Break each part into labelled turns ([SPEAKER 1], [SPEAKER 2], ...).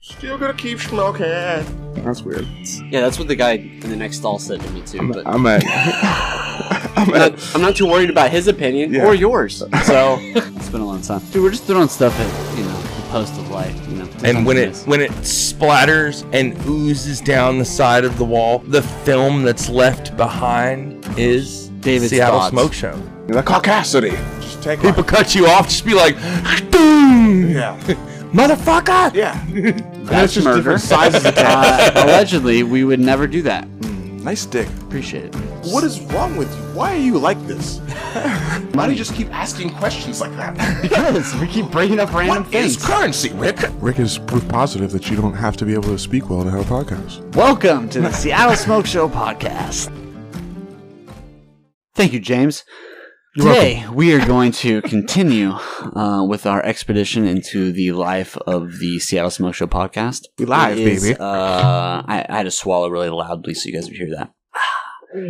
[SPEAKER 1] Still gonna keep smoking.
[SPEAKER 2] That's weird.
[SPEAKER 3] Yeah, that's what the guy in the next stall said to me too.
[SPEAKER 2] I'm,
[SPEAKER 3] but
[SPEAKER 2] I'm at. I'm
[SPEAKER 3] I'm
[SPEAKER 2] at.
[SPEAKER 3] not, I'm not too worried about his opinion
[SPEAKER 2] Yeah.
[SPEAKER 3] or yours. So it's been a long time, dude. We're just throwing stuff at you know the post of life, you know.
[SPEAKER 4] And when it
[SPEAKER 3] Sometimes.
[SPEAKER 4] when it splatters and oozes down the side of the wall, the film that's left behind is
[SPEAKER 3] David's
[SPEAKER 4] Seattle
[SPEAKER 3] thoughts.
[SPEAKER 4] Smoke Show.
[SPEAKER 2] The caucasity. Just take
[SPEAKER 4] People
[SPEAKER 2] one.
[SPEAKER 4] cut you off, just be like, boom,
[SPEAKER 2] Yeah.
[SPEAKER 4] motherfucker.
[SPEAKER 2] Yeah.
[SPEAKER 3] that's
[SPEAKER 2] just
[SPEAKER 3] murder.
[SPEAKER 2] different sizes of
[SPEAKER 3] uh, allegedly, we would never do that.
[SPEAKER 2] Nice dick.
[SPEAKER 3] Appreciate it.
[SPEAKER 2] What is wrong with you? Why are you like this? Why do you just keep asking questions like that?
[SPEAKER 3] Because we keep bringing up random
[SPEAKER 4] What
[SPEAKER 3] things.
[SPEAKER 4] is currency, Rick?
[SPEAKER 1] Rick is proof positive that you don't have to be able to speak well to have a podcast.
[SPEAKER 3] Welcome to the Seattle Smoke Show podcast. Thank you, James. Today, we are going to continue uh, with our expedition into the life of the Seattle Smoke Show podcast.
[SPEAKER 2] We live,
[SPEAKER 3] It is,
[SPEAKER 2] baby.
[SPEAKER 3] Uh, I, I had to swallow really loudly so you guys would hear that.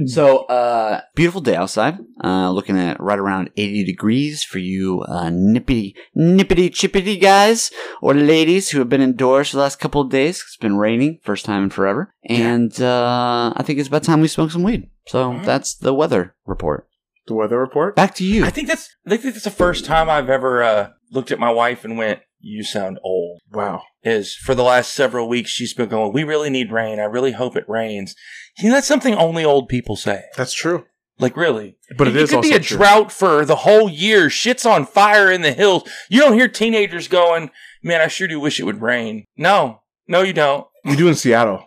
[SPEAKER 3] So, uh, beautiful day outside. Uh, looking at right around 80 degrees for you, uh, nippity, nippity chippity guys or ladies who have been indoors for the last couple of days. It's been raining, first time in forever. And, uh, I think it's about time we smoke some weed. So that's the weather report.
[SPEAKER 2] The weather report?
[SPEAKER 3] Back to you.
[SPEAKER 4] I think that's I think that's the first time I've ever uh, looked at my wife and went, "You sound old."
[SPEAKER 2] Wow.
[SPEAKER 4] Is for the last several weeks she's been going, "We really need rain. I really hope it rains." You know, that's something only old people say.
[SPEAKER 2] That's true.
[SPEAKER 4] Like really,
[SPEAKER 2] But it
[SPEAKER 4] it
[SPEAKER 2] is
[SPEAKER 4] could be
[SPEAKER 2] also
[SPEAKER 4] a
[SPEAKER 2] true.
[SPEAKER 4] drought for the whole year. Shit's on fire in the hills. You don't hear teenagers going, "Man, I sure do wish it would rain." No, no, you don't.
[SPEAKER 2] You do in Seattle.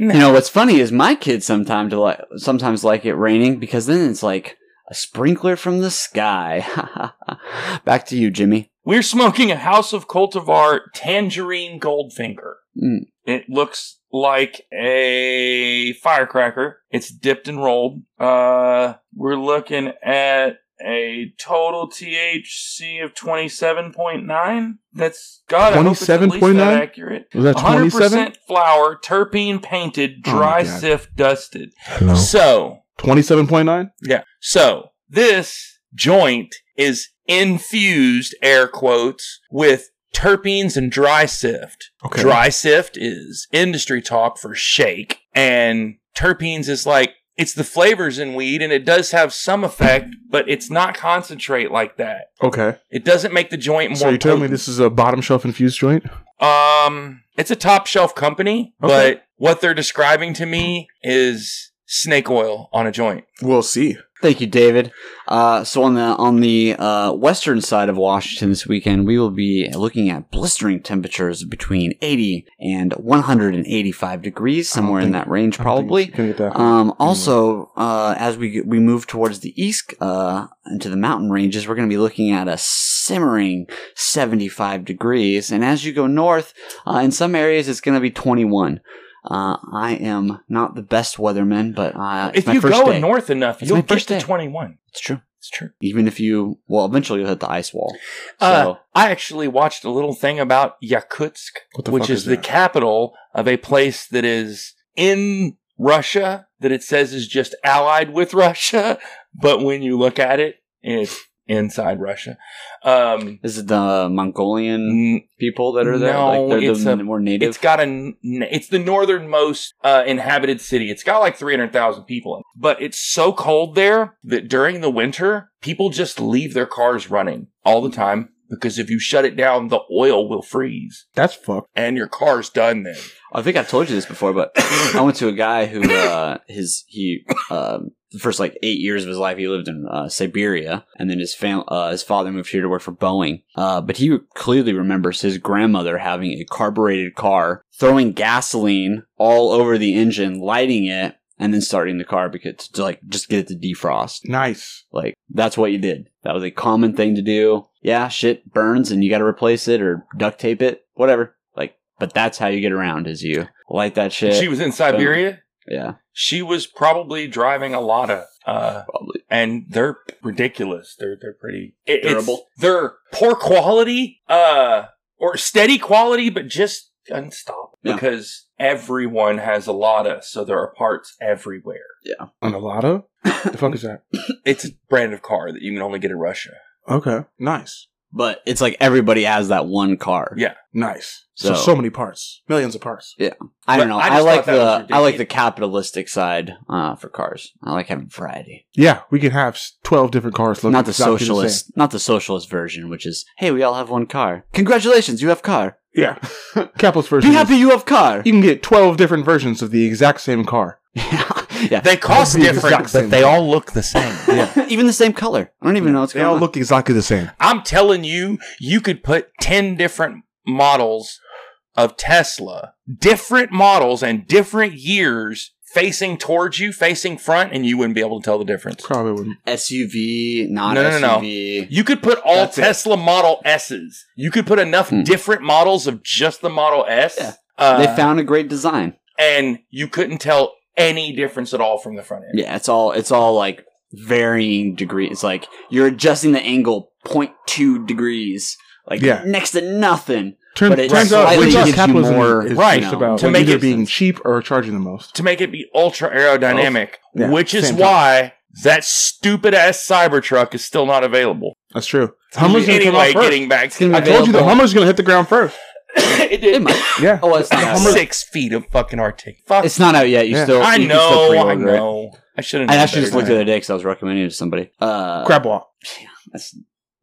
[SPEAKER 3] You know what's funny is my kids sometimes like sometimes like it raining because then it's like a sprinkler from the sky. Back to you, Jimmy.
[SPEAKER 4] We're smoking a House of Cultivar Tangerine Goldfinger.
[SPEAKER 3] Mm.
[SPEAKER 4] It looks like a firecracker. It's dipped and rolled. Uh, we're looking at a total THC of 27.9. That's God, I hope it's at least
[SPEAKER 1] 27.9?
[SPEAKER 4] that accurate.
[SPEAKER 1] Was that 27?
[SPEAKER 4] 100% flour, terpene painted,
[SPEAKER 1] Oh my
[SPEAKER 4] dry
[SPEAKER 1] God.
[SPEAKER 4] sift dusted.
[SPEAKER 1] Hello.
[SPEAKER 4] So,
[SPEAKER 1] 27.9?
[SPEAKER 4] yeah. So this joint is infused, air quotes, with terpenes and dry sift.
[SPEAKER 1] Okay.
[SPEAKER 4] Dry sift is industry talk for shake, and terpenes is like it's the flavors in weed, and it does have some effect, but it's not concentrate like that.
[SPEAKER 1] Okay.
[SPEAKER 4] It doesn't make the joint more.
[SPEAKER 1] So you're telling me
[SPEAKER 4] potent.
[SPEAKER 1] this is a bottom shelf infused joint?
[SPEAKER 4] Um, it's a top shelf company,
[SPEAKER 1] Okay.
[SPEAKER 4] but what they're describing to me is snake oil on a joint.
[SPEAKER 2] We'll see.
[SPEAKER 3] Thank you, David. Uh, so on the on the uh, western side of Washington this weekend, we will be looking at blistering temperatures between 80 and 185 degrees, somewhere in
[SPEAKER 1] think-
[SPEAKER 3] that range, probably.
[SPEAKER 1] Can get that?
[SPEAKER 3] Um, also, uh, as we we move towards the east uh, into the mountain ranges, we're going to be looking at a simmering 75 degrees, and as you go north, uh, in some areas it's going to be 21. Uh, I am not the best weatherman, but uh, it's
[SPEAKER 4] if
[SPEAKER 3] my
[SPEAKER 4] you
[SPEAKER 3] first
[SPEAKER 4] go
[SPEAKER 3] day.
[SPEAKER 4] north enough,
[SPEAKER 3] It's
[SPEAKER 4] you'll
[SPEAKER 3] my
[SPEAKER 4] get
[SPEAKER 3] first
[SPEAKER 4] to
[SPEAKER 3] day.
[SPEAKER 4] 21.
[SPEAKER 3] it's true.
[SPEAKER 4] It's true.
[SPEAKER 3] Even if you, well, eventually you'll hit the ice wall. So
[SPEAKER 4] Uh, I actually watched a little thing about Yakutsk,
[SPEAKER 1] What the
[SPEAKER 4] which
[SPEAKER 1] fuck
[SPEAKER 4] is,
[SPEAKER 1] is
[SPEAKER 4] the
[SPEAKER 1] that?
[SPEAKER 4] capital of a place that is in Russia that it says is just allied with Russia, but when you look at it, it's inside Russia. Um,
[SPEAKER 3] is it the Mongolian
[SPEAKER 4] n-
[SPEAKER 3] people that are there?
[SPEAKER 4] No,
[SPEAKER 3] like they're
[SPEAKER 4] it's
[SPEAKER 3] the
[SPEAKER 4] a-
[SPEAKER 3] more native.
[SPEAKER 4] It's got a, n- it's the northernmost uh, inhabited city. It's got like 300,000 people in it. But it's so cold there that during the winter, people just leave their cars running all the time because if you shut it down, the oil will freeze
[SPEAKER 2] That's fucked.
[SPEAKER 4] and your car's done then.
[SPEAKER 3] I think I've told you this before, but I went to a guy who uh, his he um the first like eight years of his life he lived in uh, Siberia, and then his fam- uh, his father moved here to work for Boeing. Uh, but he clearly remembers his grandmother having a carbureted car, throwing gasoline all over the engine, lighting it, and then starting the car because to like just get it to defrost.
[SPEAKER 2] Nice.
[SPEAKER 3] Like that's what you did. That was a common thing to do. Yeah, shit burns and you got to replace it or duct tape it, whatever. Like, but that's how you get around is you light that shit.
[SPEAKER 4] She was in Siberia.
[SPEAKER 3] yeah,
[SPEAKER 4] She was probably driving a lot of, uh,
[SPEAKER 3] probably.
[SPEAKER 4] and they're ridiculous. They're they're pretty it, it's-
[SPEAKER 3] Durable.
[SPEAKER 4] They're poor quality, uh, or steady quality, but just unstoppable
[SPEAKER 3] Yeah.
[SPEAKER 4] because everyone has a lotta, so there are parts everywhere.
[SPEAKER 2] On a
[SPEAKER 1] Mm-hmm.
[SPEAKER 2] lotto? the fuck is that?
[SPEAKER 4] It's a brand of car that you can only get in Russia.
[SPEAKER 2] Okay. Nice.
[SPEAKER 3] But it's like everybody has that one car.
[SPEAKER 4] Yeah.
[SPEAKER 1] Nice. So,
[SPEAKER 3] So-
[SPEAKER 1] so many parts, millions of parts.
[SPEAKER 3] I
[SPEAKER 4] But
[SPEAKER 3] don't know.
[SPEAKER 4] I
[SPEAKER 3] I,
[SPEAKER 4] just
[SPEAKER 3] like
[SPEAKER 4] thought that was
[SPEAKER 3] the I
[SPEAKER 4] ridiculous.
[SPEAKER 3] like the capitalistic side uh, for cars. I like having variety.
[SPEAKER 1] Yeah, we can have s- twelve different cars. look
[SPEAKER 3] not the
[SPEAKER 1] exactly same.
[SPEAKER 3] socialist, not the socialist version, which is hey, we all have one car. Congratulations, you have car.
[SPEAKER 1] yeah, capitalist version.
[SPEAKER 3] Be
[SPEAKER 1] is-
[SPEAKER 3] happy, you have car.
[SPEAKER 1] You can get twelve different versions of the exact same car.
[SPEAKER 3] yeah,
[SPEAKER 4] They cost
[SPEAKER 1] They're the
[SPEAKER 4] different,
[SPEAKER 1] exact
[SPEAKER 4] but
[SPEAKER 1] same.
[SPEAKER 4] they all look the same.
[SPEAKER 3] even the same color. I don't even know what's
[SPEAKER 1] They
[SPEAKER 3] going
[SPEAKER 1] all
[SPEAKER 3] on.
[SPEAKER 1] look exactly the same.
[SPEAKER 4] I'm telling you, you could put 10 different models of Tesla, different models and different years facing towards you, facing front, and you wouldn't be able to tell the difference.
[SPEAKER 1] Probably wouldn't.
[SPEAKER 3] SUV, not
[SPEAKER 4] No, no, no, no.
[SPEAKER 3] SUV.
[SPEAKER 4] You could put all
[SPEAKER 1] That's it.
[SPEAKER 4] Tesla Model S's. You could put enough
[SPEAKER 3] Hmm.
[SPEAKER 4] different models of just the Model S.
[SPEAKER 3] Yeah.
[SPEAKER 4] Uh,
[SPEAKER 3] They found a great design.
[SPEAKER 4] and you couldn't tell any difference at all from the front end.
[SPEAKER 3] Yeah, it's all it's all like varying degree. It's like you're adjusting the angle 0.2 degrees, like
[SPEAKER 1] Yeah.
[SPEAKER 3] next to nothing.
[SPEAKER 1] Turn,
[SPEAKER 3] But it
[SPEAKER 1] turns out,
[SPEAKER 3] slightly
[SPEAKER 1] turns out
[SPEAKER 3] gives you
[SPEAKER 1] capitalism
[SPEAKER 3] more,
[SPEAKER 1] is
[SPEAKER 4] right,
[SPEAKER 1] just
[SPEAKER 3] you know,
[SPEAKER 1] about
[SPEAKER 4] to
[SPEAKER 1] to
[SPEAKER 4] make
[SPEAKER 1] either
[SPEAKER 4] it-
[SPEAKER 1] being cheap or charging the most.
[SPEAKER 4] To make it be ultra aerodynamic,
[SPEAKER 3] Oh,
[SPEAKER 1] Yeah,
[SPEAKER 4] which is
[SPEAKER 1] same time.
[SPEAKER 4] why that stupid ass Cybertruck is still not available.
[SPEAKER 1] That's true. Hummer's gonna come
[SPEAKER 4] anyway,
[SPEAKER 1] out first.
[SPEAKER 4] getting back
[SPEAKER 3] It's
[SPEAKER 4] to
[SPEAKER 3] gonna
[SPEAKER 1] I told you the Hummer's gonna hit the ground first.
[SPEAKER 4] it
[SPEAKER 3] It
[SPEAKER 4] did.
[SPEAKER 3] might.
[SPEAKER 1] Yeah.
[SPEAKER 3] Oh, it's not. out yet.
[SPEAKER 4] six feet of fucking Arctic. Fuck.
[SPEAKER 3] It's not out yet. You
[SPEAKER 1] Yeah.
[SPEAKER 3] still.
[SPEAKER 4] I
[SPEAKER 3] you can still
[SPEAKER 4] know. I
[SPEAKER 3] pre-order it.
[SPEAKER 4] know. I shouldn't.
[SPEAKER 3] I
[SPEAKER 4] have
[SPEAKER 3] actually
[SPEAKER 4] said
[SPEAKER 3] just
[SPEAKER 4] that.
[SPEAKER 3] looked at it today because I was recommending it to somebody. Uh,
[SPEAKER 1] Crab walk.
[SPEAKER 3] that's-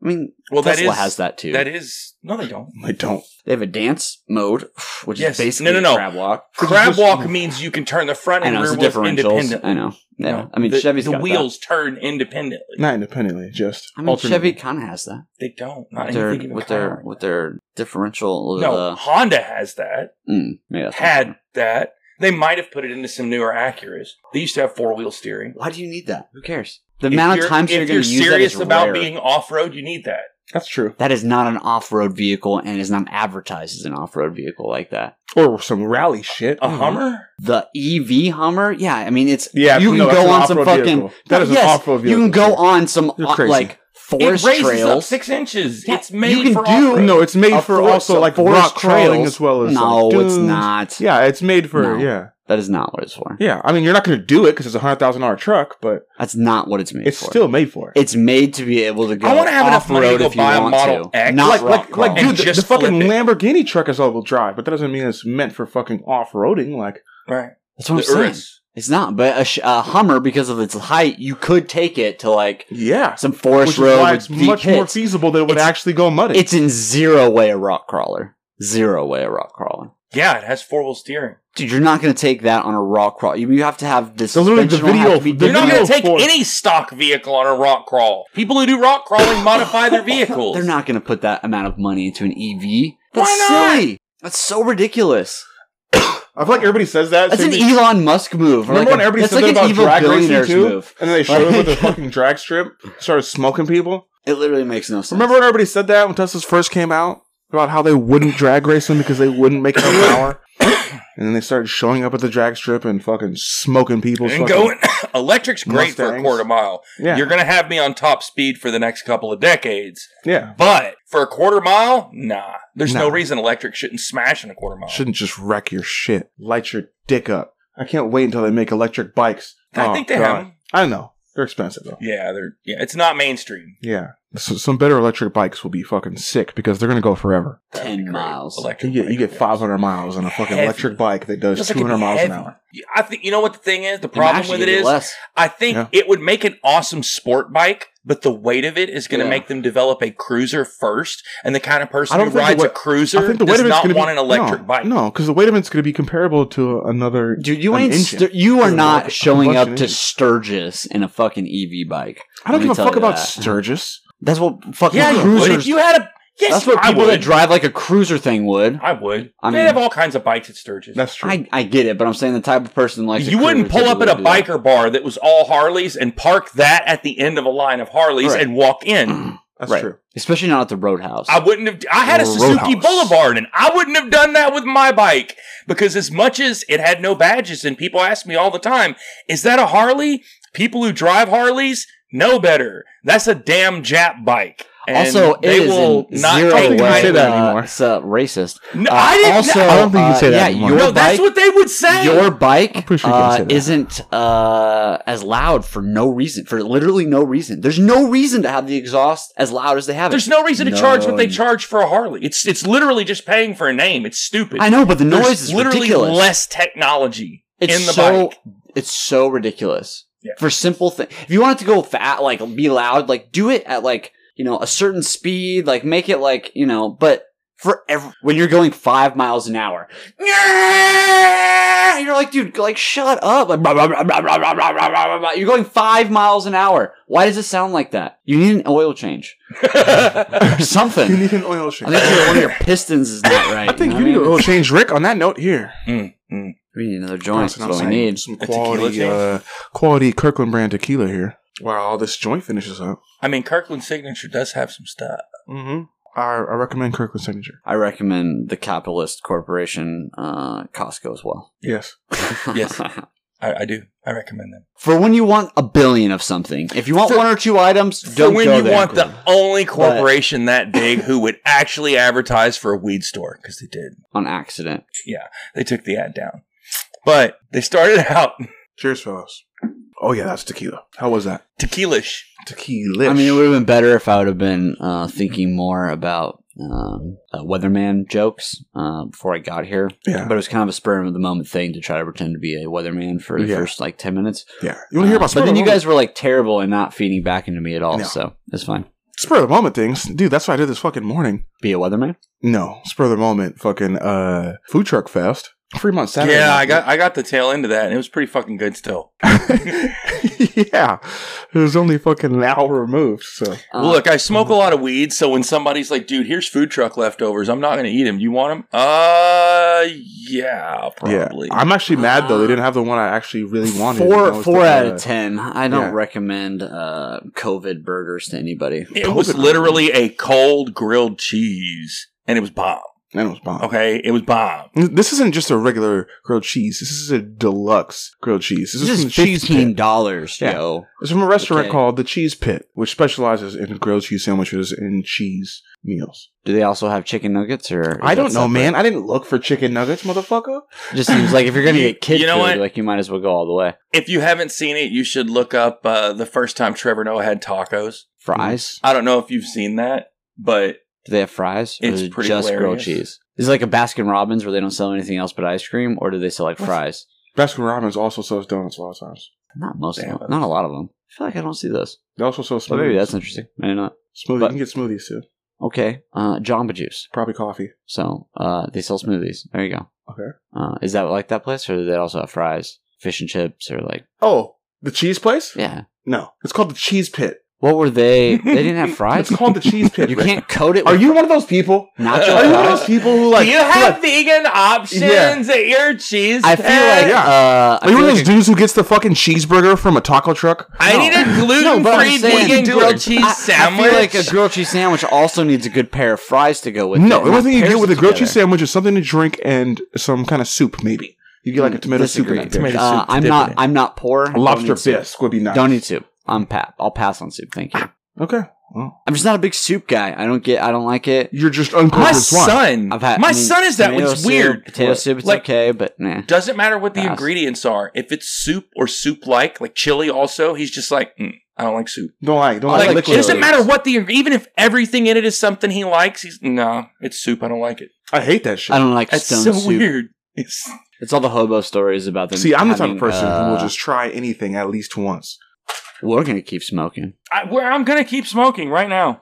[SPEAKER 3] I mean,
[SPEAKER 4] Well, that
[SPEAKER 3] Tesla
[SPEAKER 4] is-
[SPEAKER 3] has that too.
[SPEAKER 4] That is no, they don't.
[SPEAKER 1] I don't.
[SPEAKER 3] they have a dance mode, which
[SPEAKER 4] Yes.
[SPEAKER 3] is basically
[SPEAKER 4] No, no, no.
[SPEAKER 3] crab walk.
[SPEAKER 4] Crab walk means you can turn the front
[SPEAKER 3] I
[SPEAKER 4] and
[SPEAKER 3] know it's
[SPEAKER 4] rear
[SPEAKER 3] the
[SPEAKER 4] wheels
[SPEAKER 3] differentials.
[SPEAKER 4] independently.
[SPEAKER 3] I know. Yeah.
[SPEAKER 4] No,
[SPEAKER 3] I mean,
[SPEAKER 4] the,
[SPEAKER 3] Chevy's
[SPEAKER 4] the
[SPEAKER 3] got that.
[SPEAKER 4] wheels turn independently.
[SPEAKER 1] Not independently, just.
[SPEAKER 3] I mean, Chevy kind of has that.
[SPEAKER 4] They don't. Not
[SPEAKER 3] With their,
[SPEAKER 4] anything
[SPEAKER 3] with their with their differential.
[SPEAKER 4] No,
[SPEAKER 3] uh,
[SPEAKER 4] Honda has that.
[SPEAKER 3] mm, maybe that's
[SPEAKER 4] Had that. They might have put it into some newer Acuras. They used to have four wheel steering.
[SPEAKER 3] Why do you need that? Who cares? The
[SPEAKER 4] If
[SPEAKER 3] amount of
[SPEAKER 4] you're-
[SPEAKER 3] times you're
[SPEAKER 4] if
[SPEAKER 3] going to use that
[SPEAKER 4] serious
[SPEAKER 3] is
[SPEAKER 4] about
[SPEAKER 3] rare.
[SPEAKER 4] being off road, you need that.
[SPEAKER 1] That's true.
[SPEAKER 3] that is not an off-road vehicle and is not advertised as an off-road vehicle like that.
[SPEAKER 1] Or some rally shit.
[SPEAKER 3] Mm-hmm.
[SPEAKER 4] A Hummer.
[SPEAKER 3] The EV Hummer, yeah, I mean it's
[SPEAKER 1] Yeah,
[SPEAKER 3] you can
[SPEAKER 1] no, that's
[SPEAKER 3] go
[SPEAKER 1] an
[SPEAKER 3] on some
[SPEAKER 1] off-road
[SPEAKER 3] fucking
[SPEAKER 1] vehicle. That is an
[SPEAKER 3] Yes,
[SPEAKER 1] off-road vehicle,
[SPEAKER 3] You can go
[SPEAKER 1] sure.
[SPEAKER 3] on some
[SPEAKER 1] You're
[SPEAKER 3] uh,
[SPEAKER 1] crazy.
[SPEAKER 3] like forest
[SPEAKER 4] it raises up
[SPEAKER 3] trails.
[SPEAKER 4] six inches.
[SPEAKER 3] Yeah,
[SPEAKER 4] it's made
[SPEAKER 3] you can
[SPEAKER 4] for
[SPEAKER 3] do-
[SPEAKER 4] off-road.
[SPEAKER 1] No, it's made
[SPEAKER 3] A
[SPEAKER 1] Uh, for
[SPEAKER 3] forest-
[SPEAKER 1] also
[SPEAKER 3] a
[SPEAKER 1] like
[SPEAKER 3] forest
[SPEAKER 1] rock crawling
[SPEAKER 3] trails.
[SPEAKER 1] as well as.
[SPEAKER 3] no,
[SPEAKER 1] like,
[SPEAKER 3] it's
[SPEAKER 1] dunes.
[SPEAKER 3] not.
[SPEAKER 1] Yeah, it's made for.
[SPEAKER 3] No.
[SPEAKER 1] Yeah.
[SPEAKER 3] That is not what it's for.
[SPEAKER 1] Yeah. I mean, you're not going to do it because it's a $100,000 truck, but
[SPEAKER 3] That's not what it's made
[SPEAKER 1] it's
[SPEAKER 3] for.
[SPEAKER 1] still made for it.
[SPEAKER 3] it's made to be able to go.
[SPEAKER 4] I wanna have enough money to
[SPEAKER 3] off-road
[SPEAKER 4] go
[SPEAKER 3] if you
[SPEAKER 4] buy a
[SPEAKER 3] want
[SPEAKER 4] Model
[SPEAKER 3] to.
[SPEAKER 4] X.
[SPEAKER 3] Not
[SPEAKER 4] Like-
[SPEAKER 3] rock
[SPEAKER 1] like, like,
[SPEAKER 3] crawling.
[SPEAKER 1] dude,
[SPEAKER 4] And
[SPEAKER 1] the,
[SPEAKER 4] just
[SPEAKER 1] the fucking
[SPEAKER 4] flip it.
[SPEAKER 1] Lamborghini truck is all-wheel drive, but that doesn't mean it's meant for fucking off-roading. Like,
[SPEAKER 4] right.
[SPEAKER 3] That's what I'm
[SPEAKER 4] The
[SPEAKER 3] saying.
[SPEAKER 4] Urus.
[SPEAKER 3] It's not, but a, sh- a Hummer because of its height, you could take it to like
[SPEAKER 1] yeah,
[SPEAKER 3] some forest
[SPEAKER 1] which is
[SPEAKER 3] road
[SPEAKER 1] why
[SPEAKER 3] with
[SPEAKER 1] it's
[SPEAKER 3] deep
[SPEAKER 1] much more
[SPEAKER 3] pits.
[SPEAKER 1] feasible that it would
[SPEAKER 3] It's-
[SPEAKER 1] actually go muddy.
[SPEAKER 3] It's in zero way a rock crawler. Zero way a rock crawler.
[SPEAKER 4] Yeah, it has four wheel steering.
[SPEAKER 3] Dude, you're not going to take that on a rock crawl. You, you have to have this.
[SPEAKER 1] So literally the
[SPEAKER 3] suspension will
[SPEAKER 1] video-
[SPEAKER 3] have to be
[SPEAKER 1] the
[SPEAKER 4] You're not
[SPEAKER 1] video
[SPEAKER 4] going to take
[SPEAKER 1] for-
[SPEAKER 4] any stock vehicle on a rock crawl. People who do rock crawling modify their vehicles.
[SPEAKER 3] They're not going to put that amount of money into an EV. That's
[SPEAKER 4] Why not?
[SPEAKER 3] silly. That's so ridiculous.
[SPEAKER 1] I feel like everybody says that.
[SPEAKER 3] That's
[SPEAKER 1] same
[SPEAKER 3] an
[SPEAKER 1] thing-
[SPEAKER 3] Elon Musk move. or
[SPEAKER 1] Remember
[SPEAKER 3] like
[SPEAKER 1] when
[SPEAKER 3] a-
[SPEAKER 1] everybody
[SPEAKER 3] that's
[SPEAKER 1] said
[SPEAKER 3] like
[SPEAKER 1] that
[SPEAKER 3] an
[SPEAKER 1] about
[SPEAKER 3] evil
[SPEAKER 1] drag racing
[SPEAKER 3] billionaire's
[SPEAKER 1] too?
[SPEAKER 3] move.
[SPEAKER 1] And then they showed up
[SPEAKER 3] Like-
[SPEAKER 1] with a fucking drag strip, started smoking people.
[SPEAKER 3] It literally makes no sense.
[SPEAKER 1] Remember when everybody said that when Teslas first came out about how they wouldn't drag race them because they wouldn't make enough power, and then they started showing up at the drag strip and fucking smoking people.
[SPEAKER 4] And
[SPEAKER 1] fucking-
[SPEAKER 4] going electric's great for a
[SPEAKER 1] Mustangs.
[SPEAKER 4] quarter mile.
[SPEAKER 1] yeah,
[SPEAKER 4] You're going to have me on top speed for the next couple of decades.
[SPEAKER 1] yeah.
[SPEAKER 4] But for a quarter mile, nah. There's no
[SPEAKER 1] Nah.
[SPEAKER 4] reason electric shouldn't smash in a quarter mile.
[SPEAKER 1] Shouldn't just wreck your shit. Light your dick up. I can't wait until they make electric bikes.
[SPEAKER 4] I
[SPEAKER 1] Oh,
[SPEAKER 4] think they
[SPEAKER 1] God.
[SPEAKER 4] have 'em.
[SPEAKER 1] I know they're expensive though.
[SPEAKER 4] Yeah, they're yeah, it's not mainstream.
[SPEAKER 1] Yeah, so, some better electric bikes will be fucking sick because they're gonna go forever.
[SPEAKER 4] That would
[SPEAKER 3] 10
[SPEAKER 4] be great.
[SPEAKER 3] miles.
[SPEAKER 1] You
[SPEAKER 4] Electric.
[SPEAKER 1] get you get
[SPEAKER 4] bikes.
[SPEAKER 1] 500 miles on a fucking
[SPEAKER 4] Heavy.
[SPEAKER 1] electric bike that does
[SPEAKER 4] Just like
[SPEAKER 1] 200
[SPEAKER 4] it'd be
[SPEAKER 1] miles an
[SPEAKER 4] heavy.
[SPEAKER 1] hour.
[SPEAKER 4] I think you know what the thing is. The
[SPEAKER 3] It might
[SPEAKER 4] problem
[SPEAKER 3] actually
[SPEAKER 4] with it
[SPEAKER 3] be
[SPEAKER 4] is,
[SPEAKER 3] less.
[SPEAKER 4] I think
[SPEAKER 1] Yeah.
[SPEAKER 4] it would make an awesome sport bike, but the weight of it is going to
[SPEAKER 3] Yeah.
[SPEAKER 4] make them develop a cruiser first. And the kind of person
[SPEAKER 1] I don't
[SPEAKER 4] who
[SPEAKER 1] think the
[SPEAKER 4] rides
[SPEAKER 1] wei-
[SPEAKER 4] a cruiser does
[SPEAKER 1] of it's
[SPEAKER 4] not
[SPEAKER 1] gonna be-
[SPEAKER 4] want an electric
[SPEAKER 1] no,
[SPEAKER 4] bike.
[SPEAKER 1] No, because the weight of it's going to be comparable to another.
[SPEAKER 3] Dude, you
[SPEAKER 1] an
[SPEAKER 3] ain't.
[SPEAKER 1] engine.
[SPEAKER 3] Stu- you are
[SPEAKER 1] Doesn't work.
[SPEAKER 3] not showing up
[SPEAKER 1] Combustion
[SPEAKER 3] to
[SPEAKER 1] engine.
[SPEAKER 3] Sturgis in a fucking EV bike.
[SPEAKER 1] I don't
[SPEAKER 3] Let me
[SPEAKER 1] give a
[SPEAKER 3] tell
[SPEAKER 1] fuck
[SPEAKER 3] you
[SPEAKER 1] about
[SPEAKER 3] that.
[SPEAKER 1] Sturgis.
[SPEAKER 3] That's what fucking
[SPEAKER 4] Yeah, you would. If
[SPEAKER 3] cruisers.
[SPEAKER 4] you had a yes,
[SPEAKER 3] that's what people
[SPEAKER 4] I would.
[SPEAKER 3] that drive like a cruiser thing would.
[SPEAKER 4] I would.
[SPEAKER 3] I
[SPEAKER 4] they
[SPEAKER 3] mean-
[SPEAKER 4] have all kinds of bikes at Sturgis.
[SPEAKER 1] That's true.
[SPEAKER 3] I, I get it, but I'm saying the type of person like
[SPEAKER 4] you wouldn't pull up at a biker bar that was all Harleys and park that at the end of a line of Harleys
[SPEAKER 3] Right.
[SPEAKER 4] and walk in.
[SPEAKER 1] That's
[SPEAKER 3] right.
[SPEAKER 1] true.
[SPEAKER 3] especially not at the roadhouse.
[SPEAKER 4] I wouldn't have. I had a
[SPEAKER 1] Or a
[SPEAKER 4] Suzuki
[SPEAKER 1] Roadhouse.
[SPEAKER 4] Boulevard, and I wouldn't have done that with my bike because, as much as it had no badges, and people ask me all the time, "Is that a Harley?" People who drive Harleys know better. That's a damn Jap bike. And
[SPEAKER 3] also,
[SPEAKER 4] they
[SPEAKER 3] it is
[SPEAKER 4] will
[SPEAKER 3] in
[SPEAKER 4] not
[SPEAKER 3] zero
[SPEAKER 1] I
[SPEAKER 4] take
[SPEAKER 1] think you
[SPEAKER 3] way,
[SPEAKER 1] say
[SPEAKER 4] kindly.
[SPEAKER 1] that
[SPEAKER 3] uh,
[SPEAKER 1] anymore.
[SPEAKER 3] It's uh, racist.
[SPEAKER 4] No,
[SPEAKER 3] Uh,
[SPEAKER 4] I didn't.
[SPEAKER 3] also,
[SPEAKER 4] know-
[SPEAKER 1] I don't think you
[SPEAKER 3] uh,
[SPEAKER 1] say that
[SPEAKER 3] yeah,
[SPEAKER 1] anymore.
[SPEAKER 4] no,
[SPEAKER 3] Your
[SPEAKER 4] that's
[SPEAKER 3] bike,
[SPEAKER 4] what they would say.
[SPEAKER 3] your bike
[SPEAKER 1] I'm pretty sure you can say
[SPEAKER 3] uh,
[SPEAKER 1] that.
[SPEAKER 3] isn't uh, as loud for no reason, for literally no reason. There's no reason to have the exhaust as loud as they have
[SPEAKER 4] There's
[SPEAKER 3] it.
[SPEAKER 4] no reason to charge what they
[SPEAKER 3] No.
[SPEAKER 4] charge for a Harley. It's it's literally just paying for a name. It's stupid.
[SPEAKER 3] I know, but the
[SPEAKER 4] There's
[SPEAKER 3] noise is
[SPEAKER 4] literally
[SPEAKER 3] ridiculous.
[SPEAKER 4] less technology
[SPEAKER 3] it's
[SPEAKER 4] in the
[SPEAKER 3] so
[SPEAKER 4] bike.
[SPEAKER 3] it's so ridiculous
[SPEAKER 4] Yeah.
[SPEAKER 3] for simple thing. If you want it to go fat, like be loud, like do it at like you know a certain speed, like make it like you know. But for ev- when you're going five miles an hour, you're like, dude, like shut up. Like, blah, blah, blah, blah, blah, blah, blah, blah, blah, blah. You're going five miles an hour. Why does it sound like that? You need an oil change or
[SPEAKER 1] You
[SPEAKER 3] something.
[SPEAKER 1] need an oil
[SPEAKER 3] I
[SPEAKER 1] change.
[SPEAKER 3] think your- one of your pistons is not right.
[SPEAKER 1] I think
[SPEAKER 3] know
[SPEAKER 1] you
[SPEAKER 3] what
[SPEAKER 1] need an
[SPEAKER 3] mean?
[SPEAKER 1] oil change, Rick. On that note, here.
[SPEAKER 3] We need another joint.
[SPEAKER 1] That's
[SPEAKER 3] That's
[SPEAKER 1] what I'm
[SPEAKER 3] what we
[SPEAKER 1] saying.
[SPEAKER 3] need.
[SPEAKER 1] Some
[SPEAKER 4] A tequila
[SPEAKER 1] quality,
[SPEAKER 4] change?
[SPEAKER 1] uh, quality Kirkland brand tequila here. While all this joint finishes up.
[SPEAKER 4] I mean, Kirkland Signature does have some stuff.
[SPEAKER 1] Mm-hmm. I, I recommend Kirkland Signature.
[SPEAKER 3] I recommend the capitalist corporation, uh, Costco as well.
[SPEAKER 1] Yes.
[SPEAKER 4] Yes. I, I do. I recommend them.
[SPEAKER 3] For when you want a billion of something, if you want
[SPEAKER 4] For-
[SPEAKER 3] one or two items,
[SPEAKER 4] For
[SPEAKER 3] don't
[SPEAKER 4] when
[SPEAKER 3] go
[SPEAKER 4] you
[SPEAKER 3] there.
[SPEAKER 4] want the only corporation that big who would actually advertise for a weed store, because they did.
[SPEAKER 3] on accident.
[SPEAKER 4] They took the ad down. But they started out
[SPEAKER 1] Cheers, fellas. Oh yeah, that's tequila. How was that?
[SPEAKER 4] tequilish.
[SPEAKER 1] Tequila.
[SPEAKER 3] I mean, it would have been better if I would have been uh, thinking more about um, uh, weatherman jokes uh, before I got here.
[SPEAKER 1] Yeah.
[SPEAKER 3] But it was kind of a spur of the moment thing to try to pretend to be a weatherman for the
[SPEAKER 1] Yeah.
[SPEAKER 3] first like ten minutes.
[SPEAKER 1] yeah. You want to hear about?
[SPEAKER 3] Uh,
[SPEAKER 1] Spur
[SPEAKER 3] But
[SPEAKER 1] of
[SPEAKER 3] then
[SPEAKER 1] the
[SPEAKER 3] you
[SPEAKER 1] moment?
[SPEAKER 3] guys were like terrible and not feeding back into me at all,
[SPEAKER 1] No.
[SPEAKER 3] so it's fine.
[SPEAKER 1] spur of the moment things, dude. That's what I did this fucking morning.
[SPEAKER 3] Be a weatherman.
[SPEAKER 1] No, spur of the moment. Fucking uh, food truck fest. Fremont Saturday.
[SPEAKER 4] yeah, I
[SPEAKER 1] market.
[SPEAKER 4] got I got the tail end of that, and it was pretty fucking good still.
[SPEAKER 1] yeah, it was only fucking an hour removed. So
[SPEAKER 3] Uh,
[SPEAKER 4] Look, I smoke a lot of weed, so when somebody's like, "Dude, here's food truck leftovers. I'm not going to eat them. You want them?" Uh, yeah, probably.
[SPEAKER 1] yeah, I'm actually mad though. They didn't have the one I actually really wanted.
[SPEAKER 3] Four
[SPEAKER 1] That was
[SPEAKER 3] four
[SPEAKER 1] the,
[SPEAKER 3] out
[SPEAKER 1] uh,
[SPEAKER 3] of ten. I don't
[SPEAKER 1] yeah.
[SPEAKER 3] recommend uh, COVID burgers to anybody.
[SPEAKER 4] it was
[SPEAKER 1] COVID.
[SPEAKER 4] literally a cold grilled cheese, and it was bomb.
[SPEAKER 1] That was bomb.
[SPEAKER 4] Okay, it was bomb.
[SPEAKER 1] This isn't just a regular grilled cheese. This is a deluxe grilled cheese. This,
[SPEAKER 3] This
[SPEAKER 1] is from
[SPEAKER 3] is
[SPEAKER 1] the cheese
[SPEAKER 3] fifteen
[SPEAKER 1] pit.
[SPEAKER 3] dollars,
[SPEAKER 1] Yeah.
[SPEAKER 3] yo.
[SPEAKER 1] It's from a restaurant
[SPEAKER 3] Okay.
[SPEAKER 1] called the Cheese Pit, which specializes in grilled cheese sandwiches and cheese meals.
[SPEAKER 3] Do they also have chicken nuggets or? is
[SPEAKER 1] I
[SPEAKER 3] that
[SPEAKER 1] don't know,
[SPEAKER 3] separate?
[SPEAKER 1] man. I didn't look for chicken nuggets, motherfucker.
[SPEAKER 3] It just seems like if you're gonna
[SPEAKER 4] You-
[SPEAKER 3] get kid
[SPEAKER 4] you know
[SPEAKER 3] food,
[SPEAKER 4] what?
[SPEAKER 3] like you might as well go all the way.
[SPEAKER 4] If you haven't seen it, you should look up uh, the first time Trevor Noah had tacos.
[SPEAKER 1] Mm-hmm.
[SPEAKER 3] Fries?
[SPEAKER 4] I don't know if you've seen that, but
[SPEAKER 3] Do they have fries? Or
[SPEAKER 4] It's
[SPEAKER 3] is it
[SPEAKER 4] pretty
[SPEAKER 3] just grilled
[SPEAKER 4] hilarious.
[SPEAKER 3] cheese? Is it like a Baskin Robbins where they don't sell anything else but ice cream, or do they sell like
[SPEAKER 1] What's-
[SPEAKER 3] fries?
[SPEAKER 1] Baskin Robbins also sells donuts a lot of times.
[SPEAKER 3] Not most
[SPEAKER 4] Damn
[SPEAKER 3] of them.
[SPEAKER 4] it.
[SPEAKER 3] Not a lot of them. I feel like I don't see those.
[SPEAKER 1] They also sell smoothies.
[SPEAKER 3] So maybe that's interesting. Maybe not.
[SPEAKER 1] Smoothie.
[SPEAKER 3] but-
[SPEAKER 1] you can get smoothies too.
[SPEAKER 3] Okay. Uh, Jamba Juice.
[SPEAKER 1] Probably coffee.
[SPEAKER 3] So uh, they sell smoothies. There you go.
[SPEAKER 1] Okay.
[SPEAKER 3] Uh, is that like that place, or do they also have fries, fish and chips, or like
[SPEAKER 1] Oh, the cheese place?
[SPEAKER 3] yeah?
[SPEAKER 1] No, it's called the Cheese Pit.
[SPEAKER 3] What were they? They didn't have fries.
[SPEAKER 1] It's called the Cheese Pit.
[SPEAKER 3] You
[SPEAKER 1] Rick.
[SPEAKER 3] can't coat it.
[SPEAKER 1] Are
[SPEAKER 3] with
[SPEAKER 1] you one of those people?
[SPEAKER 3] Nacho
[SPEAKER 1] Are you one of
[SPEAKER 3] fries?
[SPEAKER 1] those people who like?
[SPEAKER 4] do you have vegan options at your cheese?
[SPEAKER 3] I feel
[SPEAKER 4] pit?
[SPEAKER 3] like
[SPEAKER 1] Yeah.
[SPEAKER 3] uh, I
[SPEAKER 1] Are you
[SPEAKER 3] feel
[SPEAKER 1] one of
[SPEAKER 3] like
[SPEAKER 1] those dudes who gets the fucking cheeseburger from a taco truck?
[SPEAKER 4] I
[SPEAKER 3] No.
[SPEAKER 4] need a
[SPEAKER 3] No,
[SPEAKER 4] gluten
[SPEAKER 3] but I'm
[SPEAKER 4] free
[SPEAKER 3] saying-
[SPEAKER 4] vegan
[SPEAKER 3] Do
[SPEAKER 4] grilled
[SPEAKER 3] it.
[SPEAKER 4] cheese
[SPEAKER 3] I-
[SPEAKER 4] sandwich.
[SPEAKER 3] I feel like a grilled cheese sandwich also needs a good pair of fries to go with.
[SPEAKER 1] no,
[SPEAKER 3] it.
[SPEAKER 1] the only thing you
[SPEAKER 3] Pairs
[SPEAKER 1] get with a
[SPEAKER 3] them
[SPEAKER 1] grilled
[SPEAKER 3] together.
[SPEAKER 1] cheese sandwich is something to drink and some kind of soup, maybe. You get like
[SPEAKER 3] Mm,
[SPEAKER 1] a tomato
[SPEAKER 3] Disagree.
[SPEAKER 1] soup. and a Tomato
[SPEAKER 3] Uh,
[SPEAKER 1] soup.
[SPEAKER 3] I'm
[SPEAKER 1] dip
[SPEAKER 3] not.
[SPEAKER 1] in it.
[SPEAKER 3] I'm not poor.
[SPEAKER 1] A lobster
[SPEAKER 3] Don't need soup.
[SPEAKER 1] bisque Ah. would be nice.
[SPEAKER 3] Don't need soup. I'm pat. I'll pass on soup. Thank you.
[SPEAKER 1] Okay.
[SPEAKER 3] I'm just not a big soup guy. I don't get. I don't like it.
[SPEAKER 1] You're just uncooked
[SPEAKER 4] my
[SPEAKER 1] with swine.
[SPEAKER 4] son,
[SPEAKER 3] I've had.
[SPEAKER 4] my
[SPEAKER 3] I mean,
[SPEAKER 4] son is that
[SPEAKER 3] tomato
[SPEAKER 4] one's
[SPEAKER 3] soup,
[SPEAKER 4] weird.
[SPEAKER 3] Potato soup. It's
[SPEAKER 4] Like-
[SPEAKER 3] okay, but nah.
[SPEAKER 4] Doesn't matter what the
[SPEAKER 3] Pass.
[SPEAKER 4] ingredients are. If it's soup or soup like, like chili, also, he's just like, "Mm, I don't like soup.
[SPEAKER 1] Don't like. Don't
[SPEAKER 3] I
[SPEAKER 1] like.
[SPEAKER 4] Like,
[SPEAKER 1] liquid
[SPEAKER 4] it doesn't
[SPEAKER 1] chilies.
[SPEAKER 4] matter what the even if everything in it is something he likes. He's no, it's soup. I don't like it.
[SPEAKER 1] I hate that shit.
[SPEAKER 3] I don't like
[SPEAKER 4] That's
[SPEAKER 3] stone
[SPEAKER 4] so
[SPEAKER 3] soup.
[SPEAKER 4] weird. It's,
[SPEAKER 3] It's all the hobo stories about them.
[SPEAKER 1] See, I'm the type
[SPEAKER 3] having,
[SPEAKER 1] of person who will
[SPEAKER 3] uh,
[SPEAKER 1] just try anything at least once.
[SPEAKER 3] We're gonna keep smoking.
[SPEAKER 4] I, where I'm gonna keep smoking right now.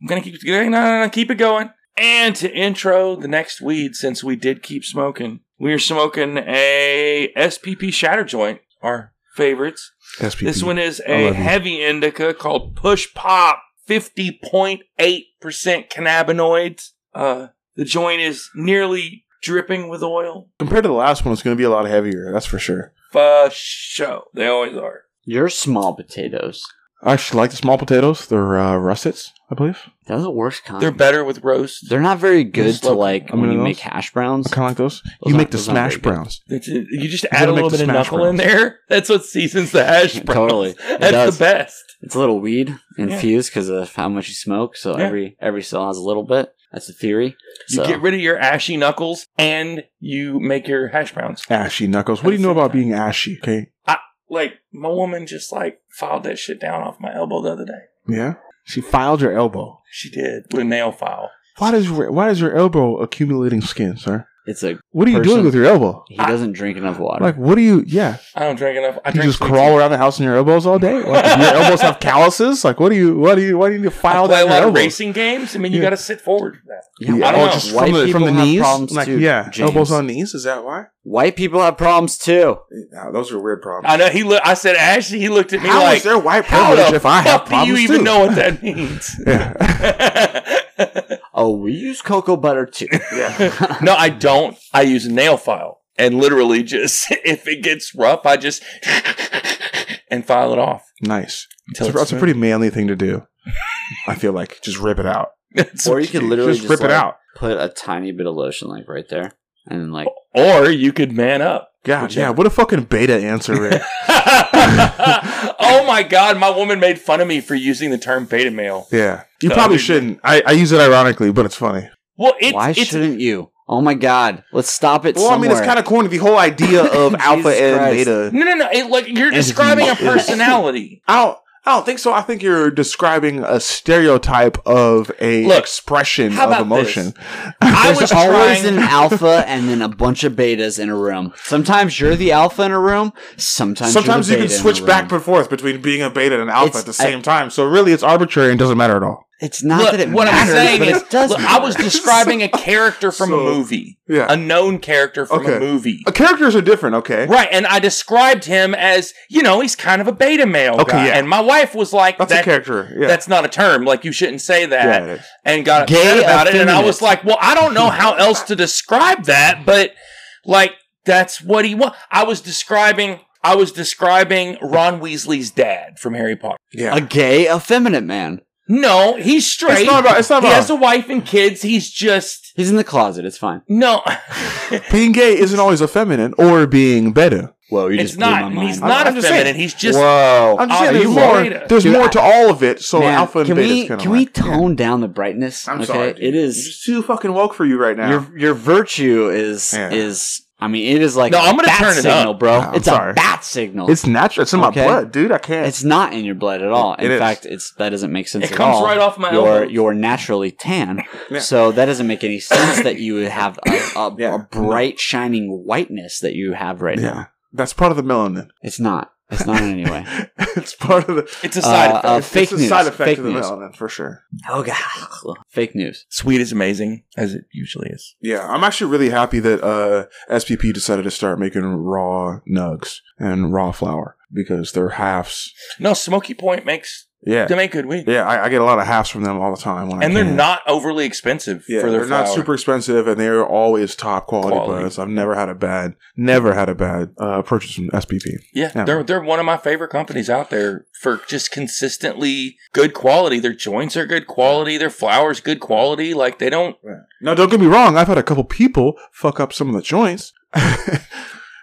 [SPEAKER 4] I'm gonna keep no, no, no, keep it going. And to intro the next weed, since we did keep smoking, we are smoking a SPP shatter joint, our favorites.
[SPEAKER 1] SPP.
[SPEAKER 4] This one is
[SPEAKER 1] I
[SPEAKER 4] a
[SPEAKER 1] love you.
[SPEAKER 4] heavy indica called Push Pop, fifty point eight percent cannabinoids. Uh, the joint is nearly dripping with oil.
[SPEAKER 1] compared to the last one, it's going to be a lot heavier. That's for sure.
[SPEAKER 4] For show, they always are.
[SPEAKER 3] You're small potatoes.
[SPEAKER 1] I actually like the small potatoes. They're uh, russets, I believe.
[SPEAKER 3] They're the worst kind.
[SPEAKER 4] They're better with roast.
[SPEAKER 3] They're not very good to
[SPEAKER 4] slow-
[SPEAKER 3] like
[SPEAKER 1] I mean,
[SPEAKER 3] when you
[SPEAKER 1] those-
[SPEAKER 3] make hash browns.
[SPEAKER 1] Kind of like those.
[SPEAKER 3] Those
[SPEAKER 1] you
[SPEAKER 3] aren't-
[SPEAKER 1] make the
[SPEAKER 3] those aren't
[SPEAKER 1] smash
[SPEAKER 3] very good.
[SPEAKER 1] browns.
[SPEAKER 4] That's it. You just
[SPEAKER 1] gotta
[SPEAKER 4] add a
[SPEAKER 1] make
[SPEAKER 4] little
[SPEAKER 1] the
[SPEAKER 4] bit of
[SPEAKER 1] smash
[SPEAKER 4] knuckle in
[SPEAKER 1] browns.
[SPEAKER 4] there. That's what seasons the hash browns.
[SPEAKER 3] Totally. It
[SPEAKER 4] That's
[SPEAKER 3] does.
[SPEAKER 4] the best.
[SPEAKER 3] It's a little weed
[SPEAKER 4] Yeah.
[SPEAKER 3] infused because of how much you smoke. So
[SPEAKER 4] Yeah.
[SPEAKER 3] every every cell has a little bit. That's the theory.
[SPEAKER 4] You
[SPEAKER 3] So
[SPEAKER 4] get rid of your ashy knuckles and you make your hash browns.
[SPEAKER 1] Ashy knuckles. What do you know about being ashy? Okay.
[SPEAKER 4] Like my woman just like filed that shit down off my elbow the other day.
[SPEAKER 1] Yeah. She filed your elbow.
[SPEAKER 4] She did with a nail file.
[SPEAKER 1] Why does your- why is your elbow accumulating skin, sir?
[SPEAKER 3] it's a
[SPEAKER 1] What are you
[SPEAKER 3] Person.
[SPEAKER 1] doing with your elbow?
[SPEAKER 3] he
[SPEAKER 4] I-
[SPEAKER 3] doesn't drink enough water.
[SPEAKER 1] Like, what do you? Yeah,
[SPEAKER 4] I don't drink enough. I
[SPEAKER 1] you
[SPEAKER 4] drink
[SPEAKER 1] just
[SPEAKER 4] sweet
[SPEAKER 1] crawl
[SPEAKER 4] tea.
[SPEAKER 1] around the house in your elbows all day. Like, do your elbows have calluses. Like, what do you? What do you? Why do you need to
[SPEAKER 4] I
[SPEAKER 1] file down
[SPEAKER 4] play a
[SPEAKER 1] your
[SPEAKER 4] lot of
[SPEAKER 1] elbows?
[SPEAKER 4] racing games. I mean, you
[SPEAKER 1] Yeah.
[SPEAKER 4] got to sit forward for that.
[SPEAKER 3] Yeah,
[SPEAKER 4] I don't
[SPEAKER 1] oh,
[SPEAKER 4] know.
[SPEAKER 1] just
[SPEAKER 3] White
[SPEAKER 1] from the, from the
[SPEAKER 3] people have
[SPEAKER 1] knees.
[SPEAKER 3] problems
[SPEAKER 1] like,
[SPEAKER 3] too,
[SPEAKER 1] yeah,
[SPEAKER 3] James.
[SPEAKER 1] elbows on knees. Is that why?
[SPEAKER 3] White people have problems too.
[SPEAKER 1] No, those are weird problems.
[SPEAKER 4] I know he look. I said Ashley. He looked at me
[SPEAKER 1] Uh, How
[SPEAKER 4] like,
[SPEAKER 1] is there white
[SPEAKER 4] "How
[SPEAKER 1] privilege
[SPEAKER 4] the
[SPEAKER 1] if I have
[SPEAKER 4] fuck do
[SPEAKER 1] problems
[SPEAKER 4] you even
[SPEAKER 1] too?
[SPEAKER 4] know what that means?"
[SPEAKER 1] Yeah.
[SPEAKER 3] Oh, we use cocoa butter too.
[SPEAKER 4] no, I don't. I use a nail file and literally just if it gets rough, I just and file it off.
[SPEAKER 1] Nice.
[SPEAKER 4] Until
[SPEAKER 1] It's a,
[SPEAKER 4] it's
[SPEAKER 1] that's a
[SPEAKER 4] smooth.
[SPEAKER 1] pretty manly thing to do. I feel like just rip it out.
[SPEAKER 4] It's-
[SPEAKER 3] or you could literally just,
[SPEAKER 1] just rip
[SPEAKER 3] like,
[SPEAKER 1] it out.
[SPEAKER 3] Put a tiny bit of lotion like right there, and then like
[SPEAKER 4] or you could man up.
[SPEAKER 1] God,
[SPEAKER 4] Whichever.
[SPEAKER 1] yeah. What a fucking beta answer, Rick.
[SPEAKER 4] oh my god, my woman made fun of me for using the term beta male.
[SPEAKER 1] yeah, you
[SPEAKER 4] No,
[SPEAKER 1] probably
[SPEAKER 4] dude.
[SPEAKER 1] shouldn't. I, I use it ironically, but it's funny.
[SPEAKER 4] Well, it's
[SPEAKER 3] why
[SPEAKER 4] it's
[SPEAKER 3] shouldn't you? Oh my god, let's stop it.
[SPEAKER 1] Well, I mean, it's kind of corny. The whole idea of alpha
[SPEAKER 3] Jesus
[SPEAKER 1] and
[SPEAKER 3] Christ.
[SPEAKER 1] beta.
[SPEAKER 4] no, no, no. It, like you're
[SPEAKER 1] It's
[SPEAKER 4] describing a
[SPEAKER 1] not-
[SPEAKER 4] personality.
[SPEAKER 1] I don't. I don't think so. I think you're describing a stereotype of a
[SPEAKER 4] Look,
[SPEAKER 1] expression
[SPEAKER 4] how
[SPEAKER 1] of
[SPEAKER 4] about
[SPEAKER 1] emotion.
[SPEAKER 4] I
[SPEAKER 3] There's
[SPEAKER 4] was
[SPEAKER 3] always
[SPEAKER 4] trying.
[SPEAKER 3] an alpha and then a bunch of betas in a room. Sometimes you're the alpha in a room. Sometimes
[SPEAKER 1] Sometimes you
[SPEAKER 3] you're
[SPEAKER 1] can
[SPEAKER 3] the beta in a
[SPEAKER 1] switch
[SPEAKER 3] room.
[SPEAKER 1] back and forth between being a beta and an alpha
[SPEAKER 3] It's-
[SPEAKER 1] at the same time. So really, it's arbitrary and doesn't matter at all.
[SPEAKER 3] It's not
[SPEAKER 4] Look,
[SPEAKER 3] that it
[SPEAKER 4] what
[SPEAKER 3] matters,
[SPEAKER 4] I'm saying
[SPEAKER 3] but
[SPEAKER 4] is,
[SPEAKER 3] it does.
[SPEAKER 4] look, I
[SPEAKER 3] matter.
[SPEAKER 4] was describing a character from
[SPEAKER 1] So-
[SPEAKER 4] a movie,
[SPEAKER 1] Yeah,
[SPEAKER 4] a known character from
[SPEAKER 1] Okay.
[SPEAKER 4] a movie.
[SPEAKER 1] Uh, characters are different. Okay,
[SPEAKER 4] Right, and I described him as, you know, he's kind of a beta male
[SPEAKER 1] Okay,
[SPEAKER 4] guy.
[SPEAKER 1] yeah.
[SPEAKER 4] And my wife was like,
[SPEAKER 1] that's
[SPEAKER 4] that,
[SPEAKER 1] a character. Yeah,
[SPEAKER 4] that's not a term. Like, you shouldn't say that.
[SPEAKER 1] yeah, it is.
[SPEAKER 4] And got
[SPEAKER 3] Gay
[SPEAKER 4] upset about it. And I
[SPEAKER 3] effeminate.
[SPEAKER 4] was like, well, I don't know how else to describe that, but like, that's what he was. I was describing, I was describing Ron Weasley's dad from Harry Potter.
[SPEAKER 1] Yeah,
[SPEAKER 3] a gay effeminate man.
[SPEAKER 4] No, he's straight.
[SPEAKER 1] it's not about. It's not
[SPEAKER 4] he has
[SPEAKER 1] about
[SPEAKER 4] a wife and kids. He's just,
[SPEAKER 3] He's in the closet. It's fine.
[SPEAKER 4] no.
[SPEAKER 1] being gay isn't always effeminate or being beta.
[SPEAKER 3] Whoa, you
[SPEAKER 4] it's
[SPEAKER 3] just blew
[SPEAKER 4] not.
[SPEAKER 3] my mind.
[SPEAKER 4] He's
[SPEAKER 1] I'm-
[SPEAKER 4] not
[SPEAKER 1] I'm just saying.
[SPEAKER 4] effeminate. He's just.
[SPEAKER 3] Whoa.
[SPEAKER 1] I'm just
[SPEAKER 4] Are
[SPEAKER 1] saying there's
[SPEAKER 4] you
[SPEAKER 1] more.
[SPEAKER 4] beta?
[SPEAKER 1] There's
[SPEAKER 3] Dude,
[SPEAKER 1] more
[SPEAKER 3] I-
[SPEAKER 1] to all of it. So
[SPEAKER 3] Man,
[SPEAKER 1] alpha and
[SPEAKER 3] can
[SPEAKER 1] beta.
[SPEAKER 3] we
[SPEAKER 1] is kinda
[SPEAKER 3] can we
[SPEAKER 1] like-
[SPEAKER 3] tone down the brightness?
[SPEAKER 1] I'm sorry,
[SPEAKER 3] It
[SPEAKER 1] dude. You're
[SPEAKER 3] is
[SPEAKER 1] just too fucking woke for you right now.
[SPEAKER 3] your your virtue is
[SPEAKER 1] Yeah.
[SPEAKER 3] is. I mean, it is like
[SPEAKER 4] No,
[SPEAKER 3] a
[SPEAKER 4] I'm gonna
[SPEAKER 3] bat
[SPEAKER 4] turn it
[SPEAKER 3] signal,
[SPEAKER 4] up.
[SPEAKER 3] bro.
[SPEAKER 1] No, I'm
[SPEAKER 3] it's
[SPEAKER 1] sorry.
[SPEAKER 3] a bat signal. It's,
[SPEAKER 1] it's natural. It's in my
[SPEAKER 3] Okay.
[SPEAKER 1] blood, dude. I can't.
[SPEAKER 3] not in your blood at all.
[SPEAKER 1] It
[SPEAKER 3] in
[SPEAKER 1] is.
[SPEAKER 3] fact, it's that doesn't make sense
[SPEAKER 4] It
[SPEAKER 3] at
[SPEAKER 4] comes
[SPEAKER 3] all.
[SPEAKER 4] right off my
[SPEAKER 3] you're,
[SPEAKER 4] elbow.
[SPEAKER 3] You're naturally tan,
[SPEAKER 1] Yeah.
[SPEAKER 3] so that doesn't make any sense that you would have a, a,
[SPEAKER 1] Yeah.
[SPEAKER 3] a bright, shining whiteness that you have right now.
[SPEAKER 1] yeah, that's part of the melanin.
[SPEAKER 3] It's not. It's not in any way.
[SPEAKER 1] it's part of the.
[SPEAKER 4] It's a side
[SPEAKER 3] Uh,
[SPEAKER 4] effect.
[SPEAKER 3] uh,
[SPEAKER 1] it's,
[SPEAKER 3] fake
[SPEAKER 1] it's a
[SPEAKER 3] news.
[SPEAKER 1] side effect
[SPEAKER 3] Fake
[SPEAKER 1] of the
[SPEAKER 3] news.
[SPEAKER 1] melanin for sure.
[SPEAKER 3] Oh god, fake news.
[SPEAKER 4] Sweet is amazing, as it usually is.
[SPEAKER 1] Yeah, I'm actually really happy that uh, SPP decided to start making raw nugs and raw flour because they're halves.
[SPEAKER 4] No, Smoky Point makes
[SPEAKER 1] Yeah,
[SPEAKER 4] they make good weed,
[SPEAKER 1] yeah, I, I get a lot of halves from them all the time. When I
[SPEAKER 4] and they're
[SPEAKER 1] can.
[SPEAKER 4] not overly expensive
[SPEAKER 1] Yeah,
[SPEAKER 4] for their
[SPEAKER 1] they're not
[SPEAKER 4] flower.
[SPEAKER 1] super expensive, and they're always top quality,
[SPEAKER 4] Quality.
[SPEAKER 1] buds. I've never had a bad, never had a bad uh, purchase from SPP.
[SPEAKER 4] Yeah,
[SPEAKER 1] Yeah.
[SPEAKER 4] they're they're one of my favorite companies out there for just consistently good quality. Their joints are good quality. Their flowers good quality. Like they don't.
[SPEAKER 1] Now, don't get me wrong. I've had a couple people fuck up some of the joints,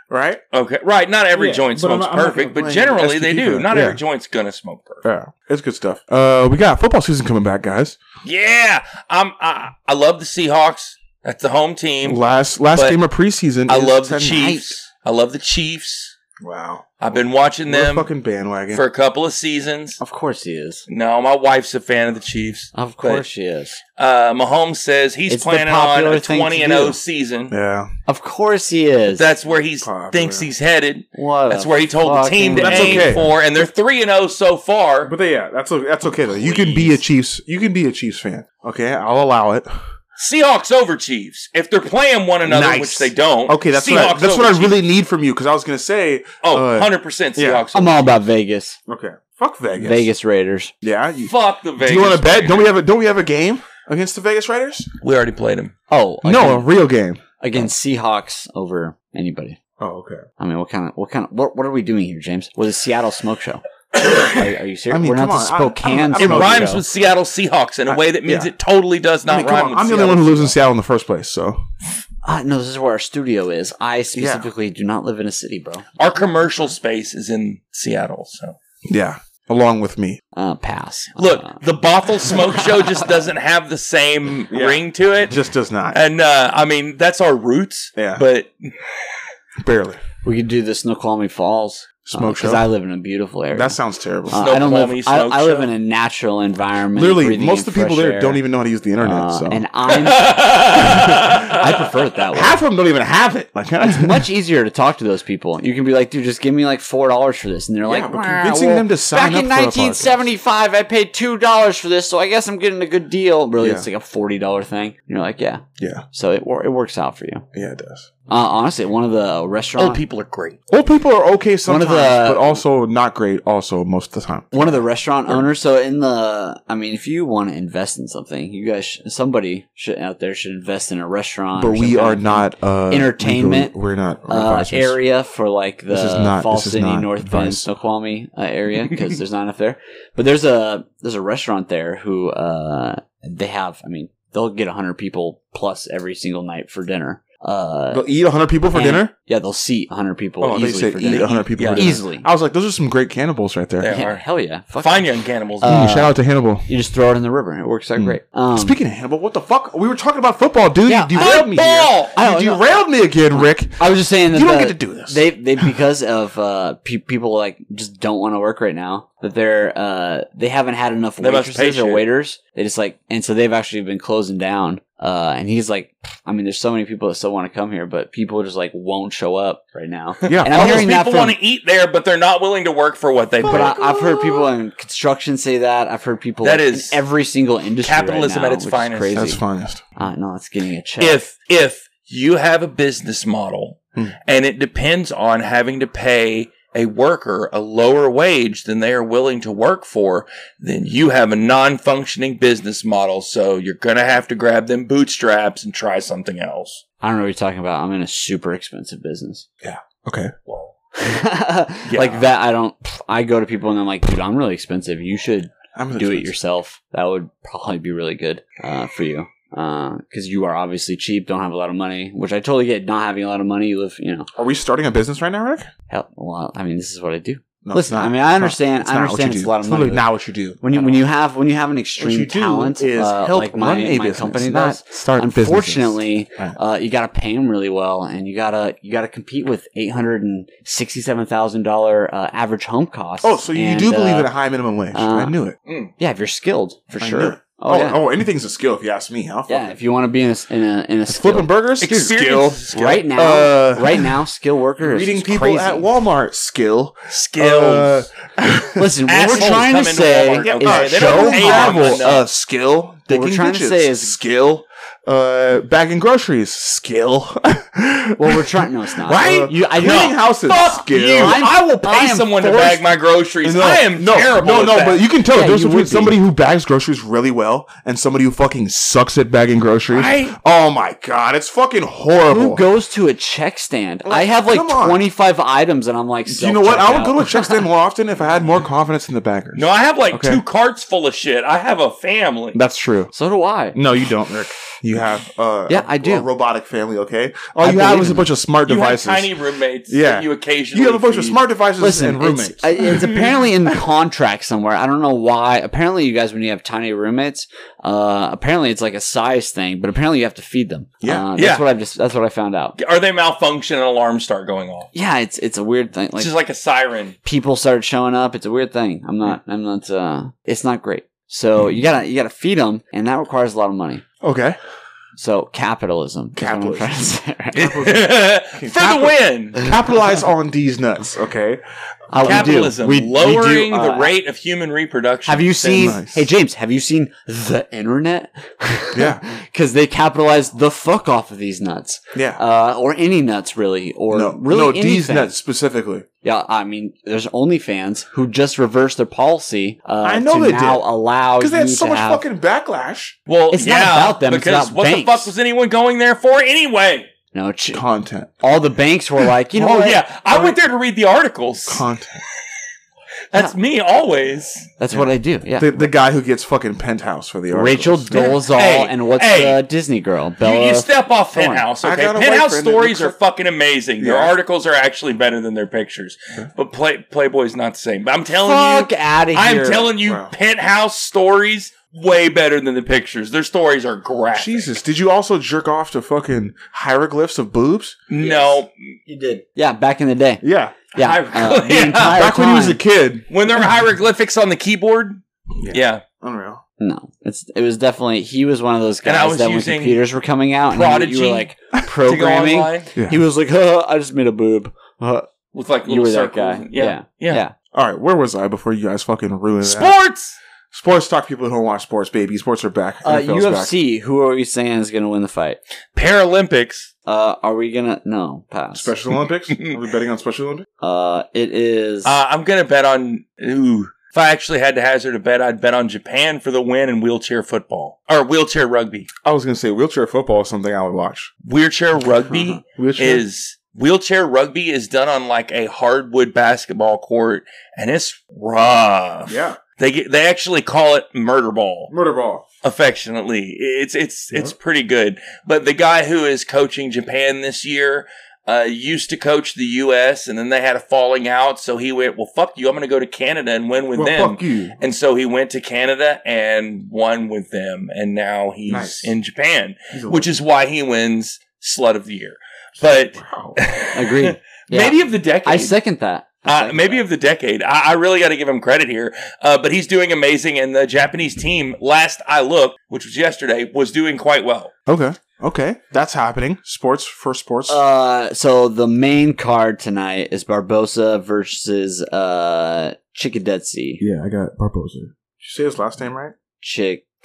[SPEAKER 1] right?
[SPEAKER 4] Okay, right. Not every
[SPEAKER 1] Yeah,
[SPEAKER 4] joint
[SPEAKER 1] but I'm
[SPEAKER 4] smokes
[SPEAKER 1] not- I'm not
[SPEAKER 4] perfect,
[SPEAKER 1] gonna
[SPEAKER 4] but
[SPEAKER 1] blame
[SPEAKER 4] generally they
[SPEAKER 1] SPP
[SPEAKER 4] do.
[SPEAKER 1] for that.
[SPEAKER 4] Not
[SPEAKER 1] Yeah.
[SPEAKER 4] every joint's gonna smoke perfect.
[SPEAKER 1] Yeah, it's good stuff. Uh, we got football season coming back, guys.
[SPEAKER 4] Yeah, I'm. I, I love the Seahawks. That's the home team.
[SPEAKER 1] Last last
[SPEAKER 4] But
[SPEAKER 1] game of preseason.
[SPEAKER 4] I
[SPEAKER 1] is
[SPEAKER 4] love the
[SPEAKER 1] tonight.
[SPEAKER 4] Chiefs. I love the Chiefs.
[SPEAKER 1] Wow,
[SPEAKER 4] I've been watching
[SPEAKER 1] We're a
[SPEAKER 4] them
[SPEAKER 1] fucking Oh. bandwagon.
[SPEAKER 4] for a couple of seasons.
[SPEAKER 3] Of course he is.
[SPEAKER 4] No, my wife's a fan of the Chiefs.
[SPEAKER 3] Of
[SPEAKER 4] But-
[SPEAKER 3] course she is.
[SPEAKER 4] Uh, Mahomes says he's
[SPEAKER 3] It's the
[SPEAKER 4] planning on
[SPEAKER 3] popular
[SPEAKER 4] a
[SPEAKER 3] thing to
[SPEAKER 4] 20 and
[SPEAKER 3] do.
[SPEAKER 4] 0 season.
[SPEAKER 1] yeah,
[SPEAKER 3] Of course he is.
[SPEAKER 4] That's where he
[SPEAKER 1] Popular.
[SPEAKER 4] thinks he's headed.
[SPEAKER 3] what.
[SPEAKER 4] That's
[SPEAKER 3] a
[SPEAKER 4] where he told the
[SPEAKER 3] fucking-
[SPEAKER 4] team to
[SPEAKER 1] That's
[SPEAKER 4] aim
[SPEAKER 1] okay.
[SPEAKER 4] for, and they're 3 and 0 so far.
[SPEAKER 1] but they, yeah, that's o- that's okay though. You can be a
[SPEAKER 3] Please.
[SPEAKER 1] Chiefs. You can be a Chiefs fan. Okay, I'll allow it.
[SPEAKER 4] Seahawks over Chiefs. If they're playing one another,
[SPEAKER 1] Nice.
[SPEAKER 4] which they don't.
[SPEAKER 1] Okay, that's what I,
[SPEAKER 4] Seahawks
[SPEAKER 1] that's
[SPEAKER 4] over
[SPEAKER 1] what I
[SPEAKER 4] Chiefs.
[SPEAKER 1] really need from you because I was gonna say.
[SPEAKER 4] Oh,
[SPEAKER 1] uh,
[SPEAKER 4] 100% Seahawks.
[SPEAKER 1] yeah.
[SPEAKER 4] over
[SPEAKER 3] I'm all about Vegas.
[SPEAKER 1] Okay, fuck Vegas.
[SPEAKER 3] Vegas Raiders.
[SPEAKER 1] Yeah. You,
[SPEAKER 4] Fuck the Vegas.
[SPEAKER 1] do you want to bet?
[SPEAKER 4] Raiders.
[SPEAKER 1] Don't we have a Don't we have a game against the Vegas Raiders?
[SPEAKER 4] We already played him.
[SPEAKER 3] Oh
[SPEAKER 1] No, a
[SPEAKER 3] against,
[SPEAKER 1] real game.
[SPEAKER 3] against Seahawks over anybody.
[SPEAKER 1] Oh, okay.
[SPEAKER 3] I mean, what kind of what kind of what, what are we doing here, James? Was a Seattle smoke show? Are, are you serious?
[SPEAKER 1] I mean,
[SPEAKER 3] We're
[SPEAKER 1] come
[SPEAKER 3] not the
[SPEAKER 1] on, I- I don't- I
[SPEAKER 3] Spokane.
[SPEAKER 1] don't
[SPEAKER 4] It
[SPEAKER 1] know.
[SPEAKER 3] Smoky
[SPEAKER 4] rhymes
[SPEAKER 3] Joe.
[SPEAKER 4] with Seattle Seahawks in a way that means
[SPEAKER 1] yeah.
[SPEAKER 4] it totally does not
[SPEAKER 1] I mean, come
[SPEAKER 4] rhyme
[SPEAKER 1] on,
[SPEAKER 4] with
[SPEAKER 1] I'm the only one who lives in Seattle in the first place, so
[SPEAKER 3] Ah, no, this is where our studio is. I specifically do not live in a city, bro.
[SPEAKER 4] Our commercial space is in Seattle, so.
[SPEAKER 1] yeah. Along with me,
[SPEAKER 3] Uh, pass.
[SPEAKER 4] Look,
[SPEAKER 3] Uh,
[SPEAKER 4] the Bothell Smoke Show just doesn't have the same
[SPEAKER 1] Yeah.
[SPEAKER 4] ring to
[SPEAKER 1] it
[SPEAKER 4] it.
[SPEAKER 1] just does not.
[SPEAKER 4] And uh, I mean, that's our roots.
[SPEAKER 1] Yeah.
[SPEAKER 4] But
[SPEAKER 1] Barely
[SPEAKER 3] we could do this in Noqualmie Falls.
[SPEAKER 1] smoke
[SPEAKER 3] Because
[SPEAKER 1] show.
[SPEAKER 3] I live in a beautiful area.
[SPEAKER 1] that sounds terrible.
[SPEAKER 3] Uh, I don't live.
[SPEAKER 4] Snoqualmie
[SPEAKER 3] I,
[SPEAKER 4] smoke
[SPEAKER 3] I live
[SPEAKER 4] show.
[SPEAKER 3] in a natural environment.
[SPEAKER 1] Literally,
[SPEAKER 3] breathing
[SPEAKER 1] most
[SPEAKER 3] in
[SPEAKER 1] of the people
[SPEAKER 3] fresh
[SPEAKER 1] there
[SPEAKER 3] air.
[SPEAKER 1] don't even know how to use the internet.
[SPEAKER 3] Uh,
[SPEAKER 1] so
[SPEAKER 3] And I'm. I
[SPEAKER 4] I
[SPEAKER 3] prefer it that way.
[SPEAKER 1] half of them don't even have it. Like that's
[SPEAKER 3] It's much easier to talk to those people. You can be like, dude, just give me like four dollars for this, and they're like,
[SPEAKER 1] but
[SPEAKER 3] "Wow,
[SPEAKER 1] convincing
[SPEAKER 3] well,
[SPEAKER 1] them to sign
[SPEAKER 3] back in
[SPEAKER 1] up for a podcast."
[SPEAKER 3] 1975, I paid two dollars for this, so I guess I'm getting a good deal. Really,
[SPEAKER 1] Yeah.
[SPEAKER 3] it's like a forty dollar thing. And you're like, yeah,
[SPEAKER 1] Yeah.
[SPEAKER 3] So it wor- it works out for you.
[SPEAKER 1] yeah, it does.
[SPEAKER 3] Uh, honestly, one of the
[SPEAKER 4] Old
[SPEAKER 1] Oh,
[SPEAKER 3] restaurant
[SPEAKER 4] people are great.
[SPEAKER 1] Old people are okay sometimes,
[SPEAKER 3] the-
[SPEAKER 1] but also not great. Also, most of the time.
[SPEAKER 3] one of the restaurant owners. So in the, I mean, if you want to invest in something, you guys, sh- somebody should, out there should invest in a restaurant. or
[SPEAKER 1] But
[SPEAKER 3] some
[SPEAKER 1] we
[SPEAKER 3] kind
[SPEAKER 1] are
[SPEAKER 3] of
[SPEAKER 1] not uh,
[SPEAKER 3] Uh, Entertainment,
[SPEAKER 1] legally- we're not we're
[SPEAKER 3] uh,
[SPEAKER 1] advisors.
[SPEAKER 3] area for like the
[SPEAKER 1] This is not-
[SPEAKER 3] Fall
[SPEAKER 1] this is
[SPEAKER 3] City,
[SPEAKER 1] not
[SPEAKER 3] North Bend,
[SPEAKER 1] advice.
[SPEAKER 3] Snoqualmie uh, area because there's not enough there. But there's a there's a restaurant there who uh, they have. I mean, they'll get hundred people plus every single night for dinner. Uh,
[SPEAKER 1] They'll eat hundred people for
[SPEAKER 3] and-
[SPEAKER 1] dinner.
[SPEAKER 3] Yeah, they'll seat hundred people
[SPEAKER 1] Oh, they
[SPEAKER 3] easily
[SPEAKER 1] say
[SPEAKER 3] for
[SPEAKER 1] eat
[SPEAKER 3] dinner.
[SPEAKER 1] hundred people
[SPEAKER 4] Yeah.
[SPEAKER 1] for dinner.
[SPEAKER 3] Easily,
[SPEAKER 1] I was like, those are some great cannibals right there.
[SPEAKER 4] Yeah.
[SPEAKER 3] Yeah,
[SPEAKER 4] are.
[SPEAKER 3] hell yeah, Fuck
[SPEAKER 4] Fine
[SPEAKER 3] it.
[SPEAKER 4] young cannibals.
[SPEAKER 3] Uh,
[SPEAKER 1] Mm, shout out to Hannibal.
[SPEAKER 3] You just throw it in the river. and It works out
[SPEAKER 1] Mm.
[SPEAKER 3] great. Um,
[SPEAKER 1] Speaking of Hannibal, what the fuck? We were talking about football, dude.
[SPEAKER 3] Yeah,
[SPEAKER 1] you derailed me. Here.
[SPEAKER 3] I don't
[SPEAKER 1] You
[SPEAKER 3] know.
[SPEAKER 1] derailed me again, Rick.
[SPEAKER 3] I was just saying that
[SPEAKER 1] You don't
[SPEAKER 3] the-
[SPEAKER 1] get to do this.
[SPEAKER 3] They they because of uh pe- people like just don't want to work right now that they're uh they haven't had enough
[SPEAKER 4] They must pay
[SPEAKER 3] waitresses or
[SPEAKER 4] shit.
[SPEAKER 3] waiters. They just like and so they've actually been closing down. Uh, and he's like, I mean, there's so many people that still want to come here, but people just like won't show up right now.
[SPEAKER 1] Yeah.
[SPEAKER 3] and I'm
[SPEAKER 4] All those
[SPEAKER 3] hearing that
[SPEAKER 4] people
[SPEAKER 3] from.
[SPEAKER 4] want to eat there, but they're not willing to work for what they
[SPEAKER 3] but
[SPEAKER 4] put
[SPEAKER 3] I, I've heard people in construction say that. I've heard people
[SPEAKER 4] That
[SPEAKER 3] like, in
[SPEAKER 4] is
[SPEAKER 3] every single industry. right
[SPEAKER 4] capitalism
[SPEAKER 3] now,
[SPEAKER 4] at its
[SPEAKER 3] which is
[SPEAKER 4] finest.
[SPEAKER 3] Crazy.
[SPEAKER 1] That's finest.
[SPEAKER 3] Uh, no, it's getting a check.
[SPEAKER 4] If if you have a business model
[SPEAKER 1] Hmm.
[SPEAKER 4] and it depends on having to pay a worker a lower wage than they are willing to work for, then you have a non-functioning business model. So you're gonna have to grab them bootstraps and try something else.
[SPEAKER 3] I don't know what you're talking about. I'm in a super expensive business.
[SPEAKER 1] Okay.
[SPEAKER 3] Like that, I don't. I go to people and I'm like, dude, I'm really expensive. You should
[SPEAKER 1] I'm
[SPEAKER 3] do it yourself. That would probably be really good uh, for you because you are obviously cheap, don't have a lot of money, which I totally get. Not having a lot of money, you live, you know.
[SPEAKER 1] Are we starting a business right now, Rick?
[SPEAKER 3] Hell, well, I mean, this is what I do.
[SPEAKER 1] No,
[SPEAKER 3] Listen, I mean, I understand. I understand it's a lot of money.
[SPEAKER 1] Not what you do.
[SPEAKER 3] when you when you have when you have an
[SPEAKER 1] what
[SPEAKER 3] extreme
[SPEAKER 1] you do
[SPEAKER 3] talent,
[SPEAKER 1] is
[SPEAKER 3] uh,
[SPEAKER 1] help
[SPEAKER 3] like my,
[SPEAKER 1] run a
[SPEAKER 3] my
[SPEAKER 1] business,
[SPEAKER 3] company
[SPEAKER 1] not
[SPEAKER 3] does,
[SPEAKER 1] start
[SPEAKER 3] unfortunately
[SPEAKER 1] Right.
[SPEAKER 3] uh, you got to pay them really well and you gotta you gotta compete with $867000 uh, average home costs
[SPEAKER 1] Oh, so you
[SPEAKER 3] And,
[SPEAKER 1] do believe
[SPEAKER 3] uh,
[SPEAKER 1] in a high minimum wage? I
[SPEAKER 3] uh,
[SPEAKER 1] knew it
[SPEAKER 3] yeah if you're skilled for
[SPEAKER 1] I knew it.
[SPEAKER 3] sure oh,
[SPEAKER 1] Oh,
[SPEAKER 3] yeah,
[SPEAKER 1] oh, anything's a skill if you ask me. I'll
[SPEAKER 3] yeah
[SPEAKER 1] fucking
[SPEAKER 3] if you want to be in a s- in a, in a skill,
[SPEAKER 1] flipping burgers. dude,
[SPEAKER 4] Experience is skill.
[SPEAKER 3] right now
[SPEAKER 1] Uh,
[SPEAKER 3] right now skill worker is
[SPEAKER 1] Reading people
[SPEAKER 3] crazy.
[SPEAKER 1] at Walmart. Skill. Uh,
[SPEAKER 4] Skills.
[SPEAKER 3] listen what we're
[SPEAKER 4] Assholes
[SPEAKER 3] trying to
[SPEAKER 4] come into
[SPEAKER 3] say
[SPEAKER 4] Walmart,
[SPEAKER 3] is
[SPEAKER 4] Yeah,
[SPEAKER 1] Yeah, uh,
[SPEAKER 4] they
[SPEAKER 1] show
[SPEAKER 4] don't pay them
[SPEAKER 1] travel,
[SPEAKER 4] enough.
[SPEAKER 1] uh, skill. Digging
[SPEAKER 3] we're trying to
[SPEAKER 1] ditches,
[SPEAKER 3] say is-
[SPEAKER 1] skill. Uh, bagging groceries, skill. well,
[SPEAKER 3] well we're trying no it's not
[SPEAKER 1] Right?
[SPEAKER 3] You- I-
[SPEAKER 1] Cleaning
[SPEAKER 3] no.
[SPEAKER 1] houses,
[SPEAKER 4] Fuck
[SPEAKER 1] skill.
[SPEAKER 4] you!
[SPEAKER 3] I'm-
[SPEAKER 4] I will
[SPEAKER 3] I
[SPEAKER 4] pay
[SPEAKER 3] am
[SPEAKER 4] someone to
[SPEAKER 3] forced-
[SPEAKER 4] bag my groceries. I am
[SPEAKER 1] no,
[SPEAKER 4] terrible.
[SPEAKER 1] No,
[SPEAKER 4] at
[SPEAKER 1] no,
[SPEAKER 4] that.
[SPEAKER 1] but you can tell
[SPEAKER 3] Yeah,
[SPEAKER 1] the difference
[SPEAKER 3] you would
[SPEAKER 1] between
[SPEAKER 3] be.
[SPEAKER 1] somebody who bags groceries really well and somebody who fucking sucks at bagging groceries.
[SPEAKER 4] Right?
[SPEAKER 1] Oh my god, it's fucking horrible.
[SPEAKER 3] who goes to a check stand? I
[SPEAKER 1] Like,
[SPEAKER 3] have like
[SPEAKER 1] come on.
[SPEAKER 3] 25 items and I'm like,
[SPEAKER 1] you know what? I would
[SPEAKER 3] self-checked
[SPEAKER 1] go to a
[SPEAKER 3] out.
[SPEAKER 1] check stand more often if I had more confidence in the baggers.
[SPEAKER 4] No, I have like
[SPEAKER 1] Okay.
[SPEAKER 4] two carts full of shit. I have a family.
[SPEAKER 1] that's true.
[SPEAKER 3] So do I.
[SPEAKER 1] No, you don't, Rick. You have uh,
[SPEAKER 3] Yeah, I
[SPEAKER 1] a-
[SPEAKER 3] do.
[SPEAKER 1] a robotic family. Okay, all
[SPEAKER 3] I
[SPEAKER 1] you have
[SPEAKER 3] believe
[SPEAKER 1] is a
[SPEAKER 3] in
[SPEAKER 1] bunch of smart
[SPEAKER 4] You
[SPEAKER 1] devices.
[SPEAKER 4] have tiny roommates.
[SPEAKER 1] Yeah.
[SPEAKER 4] that you occasionally.
[SPEAKER 1] you have a bunch of
[SPEAKER 4] feed.
[SPEAKER 1] smart devices
[SPEAKER 3] Listen,
[SPEAKER 1] and roommates.
[SPEAKER 3] It's, I- it's apparently in the contract somewhere. I don't know why. Apparently, you guys, when you have tiny roommates, uh, apparently it's like a size thing, but apparently you have to feed them.
[SPEAKER 1] Yeah.
[SPEAKER 3] Uh, that's
[SPEAKER 4] Yeah.
[SPEAKER 3] what I've just. That's what I found out.
[SPEAKER 4] Are they malfunction and alarms start going off?
[SPEAKER 3] Yeah, it's it's a weird thing.
[SPEAKER 4] It's
[SPEAKER 3] Like
[SPEAKER 4] just like a siren.
[SPEAKER 3] people started showing up. It's a weird thing. I'm not. I'm not. Uh, it's not great. So
[SPEAKER 1] Hmm.
[SPEAKER 3] you gotta you gotta feed them, and that requires a lot of money.
[SPEAKER 1] okay,
[SPEAKER 3] So capitalism. is what I'm
[SPEAKER 1] Capitalism.
[SPEAKER 3] trying to say right
[SPEAKER 4] For the win.
[SPEAKER 1] capitalize on these nuts. Okay,
[SPEAKER 3] now. Uh, we do.
[SPEAKER 4] Capitalism
[SPEAKER 1] We- we do,
[SPEAKER 4] lowering
[SPEAKER 3] uh,
[SPEAKER 4] the rate of human reproduction.
[SPEAKER 3] Have you seen?
[SPEAKER 1] Nice.
[SPEAKER 3] Hey James, have you seen the internet?
[SPEAKER 1] Yeah.
[SPEAKER 3] because they capitalized the fuck off of these nuts,
[SPEAKER 1] yeah.
[SPEAKER 3] uh, or any nuts really, or
[SPEAKER 1] no,
[SPEAKER 3] really
[SPEAKER 1] no,
[SPEAKER 3] anything.
[SPEAKER 1] these nuts specifically.
[SPEAKER 3] Yeah, I mean, there's OnlyFans who just reversed their policy. Uh,
[SPEAKER 1] I know
[SPEAKER 3] to
[SPEAKER 1] they
[SPEAKER 3] now
[SPEAKER 1] did.
[SPEAKER 3] allow
[SPEAKER 1] Because they had
[SPEAKER 3] you
[SPEAKER 1] so
[SPEAKER 3] to
[SPEAKER 1] much
[SPEAKER 3] have-
[SPEAKER 1] fucking backlash.
[SPEAKER 4] Well,
[SPEAKER 3] It's
[SPEAKER 4] yeah,
[SPEAKER 3] not about them, it's
[SPEAKER 4] Because
[SPEAKER 3] about
[SPEAKER 4] what
[SPEAKER 3] banks.
[SPEAKER 4] the fuck was anyone going there for anyway?
[SPEAKER 3] No, ch-
[SPEAKER 1] Content,
[SPEAKER 3] all the banks were like, you know,
[SPEAKER 4] oh
[SPEAKER 3] what?
[SPEAKER 4] yeah, I went there to read the articles.
[SPEAKER 1] content.
[SPEAKER 4] That's me always.
[SPEAKER 3] That's what I do. Yeah.
[SPEAKER 1] The, the guy who gets fucking penthouse for the
[SPEAKER 3] Rachel
[SPEAKER 1] articles. Yeah.
[SPEAKER 3] Dolezal
[SPEAKER 4] Hey,
[SPEAKER 3] and what's
[SPEAKER 4] hey.
[SPEAKER 3] the Disney girl?
[SPEAKER 4] You,
[SPEAKER 3] Bella.
[SPEAKER 4] you step off
[SPEAKER 3] Thorne.
[SPEAKER 4] Penthouse,
[SPEAKER 1] I
[SPEAKER 4] okay?
[SPEAKER 1] got a
[SPEAKER 4] Penthouse
[SPEAKER 1] boyfriend that
[SPEAKER 4] stories
[SPEAKER 1] looks
[SPEAKER 4] are
[SPEAKER 1] like-
[SPEAKER 4] fucking amazing. Their
[SPEAKER 1] Yeah.
[SPEAKER 4] articles are actually better than their pictures. But Play, Playboy's not the same. But I'm telling
[SPEAKER 3] Fuck
[SPEAKER 4] you,
[SPEAKER 3] out of here.
[SPEAKER 4] I'm telling you,
[SPEAKER 1] Wow.
[SPEAKER 4] Penthouse stories way better than the pictures. Their stories are graphic.
[SPEAKER 1] Jesus, did you also jerk off to fucking hieroglyphs of boobs?
[SPEAKER 4] No,
[SPEAKER 3] you did. Yeah, back in the day.
[SPEAKER 1] Yeah.
[SPEAKER 3] Yeah.
[SPEAKER 4] I-
[SPEAKER 3] uh, the
[SPEAKER 4] yeah.
[SPEAKER 3] entire
[SPEAKER 1] Back when he was a
[SPEAKER 3] time.
[SPEAKER 1] kid.
[SPEAKER 4] when there were hieroglyphics on the keyboard. Yeah.
[SPEAKER 1] Unreal.
[SPEAKER 3] No, it's it was definitely he was one of those
[SPEAKER 4] And I
[SPEAKER 3] guys
[SPEAKER 4] was
[SPEAKER 3] that when
[SPEAKER 4] using
[SPEAKER 3] computers were coming out, and you- you
[SPEAKER 4] Prodigy
[SPEAKER 3] were like
[SPEAKER 4] To go
[SPEAKER 3] programming.
[SPEAKER 4] online
[SPEAKER 1] Yeah.
[SPEAKER 3] He was like, huh, I just made a boob. Huh.
[SPEAKER 4] with like
[SPEAKER 3] You
[SPEAKER 4] little
[SPEAKER 3] were that
[SPEAKER 4] circles.
[SPEAKER 3] guy.
[SPEAKER 4] Yeah. Yeah.
[SPEAKER 3] yeah. yeah.
[SPEAKER 1] All right, where was I before you guys fucking ruined that?
[SPEAKER 4] Sports.
[SPEAKER 1] Sports talk people who don't watch sports, baby. Sports are back.
[SPEAKER 3] Uh,
[SPEAKER 1] NFL's back.
[SPEAKER 3] UFC, who are we saying is going to win the fight?
[SPEAKER 4] Paralympics.
[SPEAKER 3] Uh, are we going to? No, pass.
[SPEAKER 1] Special Olympics? Are we betting on Special Olympics?
[SPEAKER 3] Uh, it is.
[SPEAKER 4] Uh, I'm gonna bet on. Ooh, if I actually had to hazard a bet, I'd bet on Japan for the win in wheelchair football or wheelchair rugby.
[SPEAKER 1] I was going to say wheelchair football is something I would watch.
[SPEAKER 4] Wheelchair rugby
[SPEAKER 1] Wheelchair?
[SPEAKER 4] is wheelchair rugby is done on like a hardwood basketball court, and it's rough.
[SPEAKER 1] yeah.
[SPEAKER 4] They get, they actually call it murder ball
[SPEAKER 1] Murder ball.
[SPEAKER 4] affectionately. It's it's it's pretty good. But the guy who is coaching Japan this year uh, used to coach the U.S. and then they had a falling out, so he went, "Well, fuck you, I'm going to go to Canada and win with
[SPEAKER 1] Well,
[SPEAKER 4] them."
[SPEAKER 1] fuck you.
[SPEAKER 4] And so he went to Canada and won with them, and now he's
[SPEAKER 1] Nice.
[SPEAKER 4] in Japan,
[SPEAKER 1] He's a-
[SPEAKER 4] which is why he wins Slut of the Year. But
[SPEAKER 1] Wow.
[SPEAKER 3] Agreed. Yeah.
[SPEAKER 4] maybe of the decade.
[SPEAKER 3] I second that. I
[SPEAKER 4] Uh,
[SPEAKER 3] second
[SPEAKER 4] maybe
[SPEAKER 3] that.
[SPEAKER 4] of the decade. I, I really got to give him credit here. Uh, but he's doing amazing. And the Japanese team, last I looked, which was yesterday, was doing quite well.
[SPEAKER 1] Okay. Okay. That's happening. Sports for sports.
[SPEAKER 3] Uh, so the main card tonight is Barbosa versus uh Chickadetsy.
[SPEAKER 1] yeah, I got Barbosa. Did you say his last name right?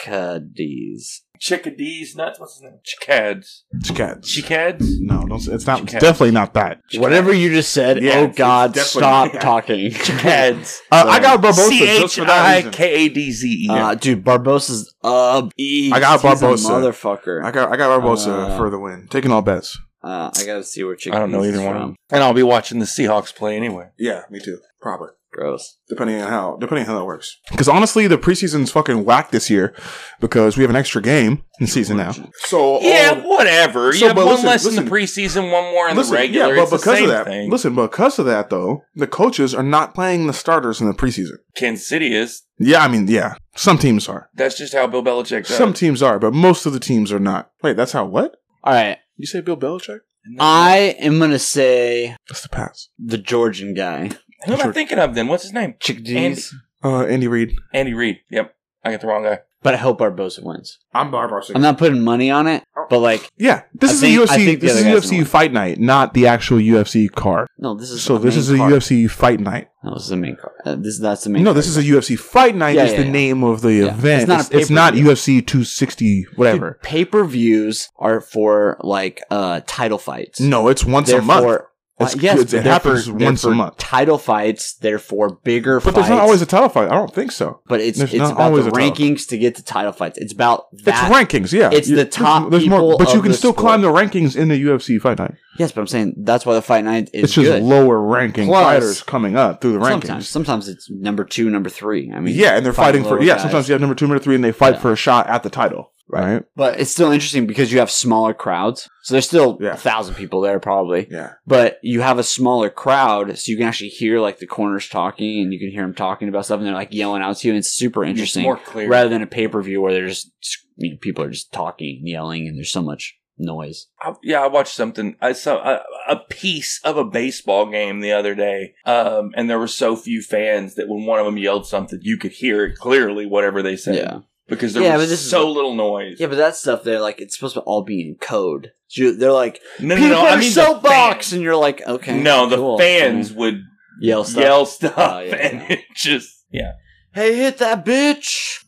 [SPEAKER 3] Chickadees.
[SPEAKER 4] Chickadees, nuts. What's his name? Chicads.
[SPEAKER 1] Chicads.
[SPEAKER 4] Chicads?
[SPEAKER 1] no, don't say, it's not. It's
[SPEAKER 4] Chicads.
[SPEAKER 1] definitely not that.
[SPEAKER 3] Whatever you just said.
[SPEAKER 1] Yeah,
[SPEAKER 3] oh
[SPEAKER 1] it's-
[SPEAKER 3] God!
[SPEAKER 1] it's
[SPEAKER 3] Stop
[SPEAKER 1] definitely-
[SPEAKER 3] talking.
[SPEAKER 4] Chicads.
[SPEAKER 1] Uh, I got Barbosa
[SPEAKER 4] C
[SPEAKER 1] just
[SPEAKER 4] H
[SPEAKER 1] for that
[SPEAKER 4] I
[SPEAKER 1] reason.
[SPEAKER 4] K A D Z E.
[SPEAKER 3] Uh, dude, Barbosa's up. East.
[SPEAKER 1] I got
[SPEAKER 3] He's a
[SPEAKER 1] Barbosa.
[SPEAKER 3] motherfucker.
[SPEAKER 1] I got I got Barbosa
[SPEAKER 3] Uh,
[SPEAKER 1] for the win. Taking all bets.
[SPEAKER 3] Uh, I gotta see where Chickadee.
[SPEAKER 4] I don't know either one. And I'll be watching the Seahawks play anyway.
[SPEAKER 1] Yeah, me too. Probably.
[SPEAKER 3] Gross.
[SPEAKER 1] Depending on how depending on how that works. Because honestly, the preseason's fucking whack this year because we have an extra game in season now. So
[SPEAKER 4] Yeah, whatever.
[SPEAKER 1] oh, So,
[SPEAKER 4] you have
[SPEAKER 1] but
[SPEAKER 4] one
[SPEAKER 1] listen,
[SPEAKER 4] less in
[SPEAKER 1] listen.
[SPEAKER 4] the preseason, one more in
[SPEAKER 1] listen,
[SPEAKER 4] the regular.
[SPEAKER 1] yeah, but
[SPEAKER 4] it's
[SPEAKER 1] because
[SPEAKER 4] the same
[SPEAKER 1] of that,
[SPEAKER 4] thing.
[SPEAKER 1] listen, because of that though, the coaches are not playing the starters in the preseason.
[SPEAKER 4] Kansas City is.
[SPEAKER 1] Yeah, I mean, yeah, some teams are.
[SPEAKER 4] That's just how Bill Belichick does.
[SPEAKER 1] Some teams are, but most of the teams are not. Wait, that's how what?
[SPEAKER 3] All right,
[SPEAKER 1] You say Bill Belichick?
[SPEAKER 3] I am gonna say
[SPEAKER 1] That's the pass.
[SPEAKER 3] the Georgian guy.
[SPEAKER 4] Who am I
[SPEAKER 1] Sure.
[SPEAKER 4] thinking of then? What's his name?
[SPEAKER 3] Chickadees.
[SPEAKER 1] Uh, Andy Reid.
[SPEAKER 4] Andy Reid. Yep. I got the wrong guy.
[SPEAKER 3] But I hope Barbosa wins.
[SPEAKER 1] I'm Barbosa.
[SPEAKER 3] I'm not putting money on it, but like,
[SPEAKER 1] Yeah, this
[SPEAKER 3] I
[SPEAKER 1] is
[SPEAKER 3] think-
[SPEAKER 1] a
[SPEAKER 3] I
[SPEAKER 1] UFC.
[SPEAKER 3] think the
[SPEAKER 1] This is
[SPEAKER 3] other guy's
[SPEAKER 1] UFC
[SPEAKER 3] gonna win.
[SPEAKER 1] fight night, not the actual UFC card.
[SPEAKER 3] no, this is
[SPEAKER 1] So
[SPEAKER 3] the
[SPEAKER 1] this
[SPEAKER 3] main
[SPEAKER 1] is a
[SPEAKER 3] card.
[SPEAKER 1] UFC fight night.
[SPEAKER 3] No, this is the main card. Uh, this that's the main.
[SPEAKER 1] No,
[SPEAKER 3] card.
[SPEAKER 1] this is a UFC fight night.
[SPEAKER 3] Yeah,
[SPEAKER 1] is
[SPEAKER 3] yeah,
[SPEAKER 1] the
[SPEAKER 3] yeah.
[SPEAKER 1] name of the
[SPEAKER 3] Yeah.
[SPEAKER 1] event.
[SPEAKER 3] It's not a
[SPEAKER 1] It's- it's not,
[SPEAKER 3] pay-per-view.
[SPEAKER 1] UFC 260 whatever.
[SPEAKER 3] Pay per views are for like uh title fights.
[SPEAKER 1] no, it's once
[SPEAKER 3] Therefore-
[SPEAKER 1] a month.
[SPEAKER 3] Uh,
[SPEAKER 1] It's-
[SPEAKER 3] yes,
[SPEAKER 1] it's-
[SPEAKER 3] but
[SPEAKER 1] it
[SPEAKER 3] they're
[SPEAKER 1] happens
[SPEAKER 3] for-
[SPEAKER 1] once
[SPEAKER 3] they're
[SPEAKER 1] a
[SPEAKER 3] for
[SPEAKER 1] month.
[SPEAKER 3] Title fights, therefore bigger
[SPEAKER 1] But
[SPEAKER 3] fights.
[SPEAKER 1] there's not always a title fight. I don't think so.
[SPEAKER 3] but it's
[SPEAKER 1] there's
[SPEAKER 3] it's
[SPEAKER 1] not
[SPEAKER 3] about
[SPEAKER 1] always
[SPEAKER 3] the
[SPEAKER 1] a title.
[SPEAKER 3] rankings to get to title fights. It's about that.
[SPEAKER 1] It's rankings, yeah.
[SPEAKER 3] it's
[SPEAKER 1] You-
[SPEAKER 3] the top people
[SPEAKER 1] but you
[SPEAKER 3] of
[SPEAKER 1] can
[SPEAKER 3] the
[SPEAKER 1] still
[SPEAKER 3] sport.
[SPEAKER 1] climb the rankings in the UFC fight night.
[SPEAKER 3] Yes, but I'm saying that's why the fight night is
[SPEAKER 1] It's just
[SPEAKER 3] good.
[SPEAKER 1] lower ranking
[SPEAKER 3] Plus-
[SPEAKER 1] fighters coming up through the rankings.
[SPEAKER 3] sometimes, sometimes it's number two, number three. I mean,
[SPEAKER 1] yeah, and they're fighting for
[SPEAKER 3] lower
[SPEAKER 1] yeah.
[SPEAKER 3] guys.
[SPEAKER 1] Sometimes you have number two, number three, and they fight
[SPEAKER 3] Yeah.
[SPEAKER 1] for a shot at the title.
[SPEAKER 3] Right.
[SPEAKER 1] right?
[SPEAKER 3] but it's still interesting because you have smaller crowds. So there's still
[SPEAKER 1] Yeah.
[SPEAKER 3] a thousand people there probably,
[SPEAKER 1] Yeah.
[SPEAKER 3] but you have a smaller crowd, so you can actually hear like the corners talking, and you can hear them talking about stuff, and they're like yelling out to you. And it's super interesting.
[SPEAKER 4] More clear.
[SPEAKER 3] rather than a pay per view where they're just you know, people are just talking, yelling, and there's so much noise.
[SPEAKER 4] I, yeah, I watched something. I saw a, a piece of a baseball game the other day, um, and there were so few fans that when one of them yelled something, you could hear it clearly, whatever they said,
[SPEAKER 3] Yeah,
[SPEAKER 4] because there
[SPEAKER 3] Yeah, but
[SPEAKER 4] was
[SPEAKER 3] this is
[SPEAKER 4] so
[SPEAKER 3] what-
[SPEAKER 4] little noise.
[SPEAKER 3] yeah, but that stuff they're like it's supposed to all be in code. So you- they're like
[SPEAKER 4] No,
[SPEAKER 3] people
[SPEAKER 4] no, no. I
[SPEAKER 3] are
[SPEAKER 4] mean
[SPEAKER 3] so box,
[SPEAKER 4] The
[SPEAKER 3] and you're like okay,
[SPEAKER 4] fans. No, the
[SPEAKER 3] cool.
[SPEAKER 4] fans
[SPEAKER 3] I mean,
[SPEAKER 4] would
[SPEAKER 3] yell stuff.
[SPEAKER 4] yell stuff,
[SPEAKER 3] Oh, yeah,
[SPEAKER 4] and
[SPEAKER 3] yeah.
[SPEAKER 4] it just yeah.
[SPEAKER 3] Hey, hit that bitch!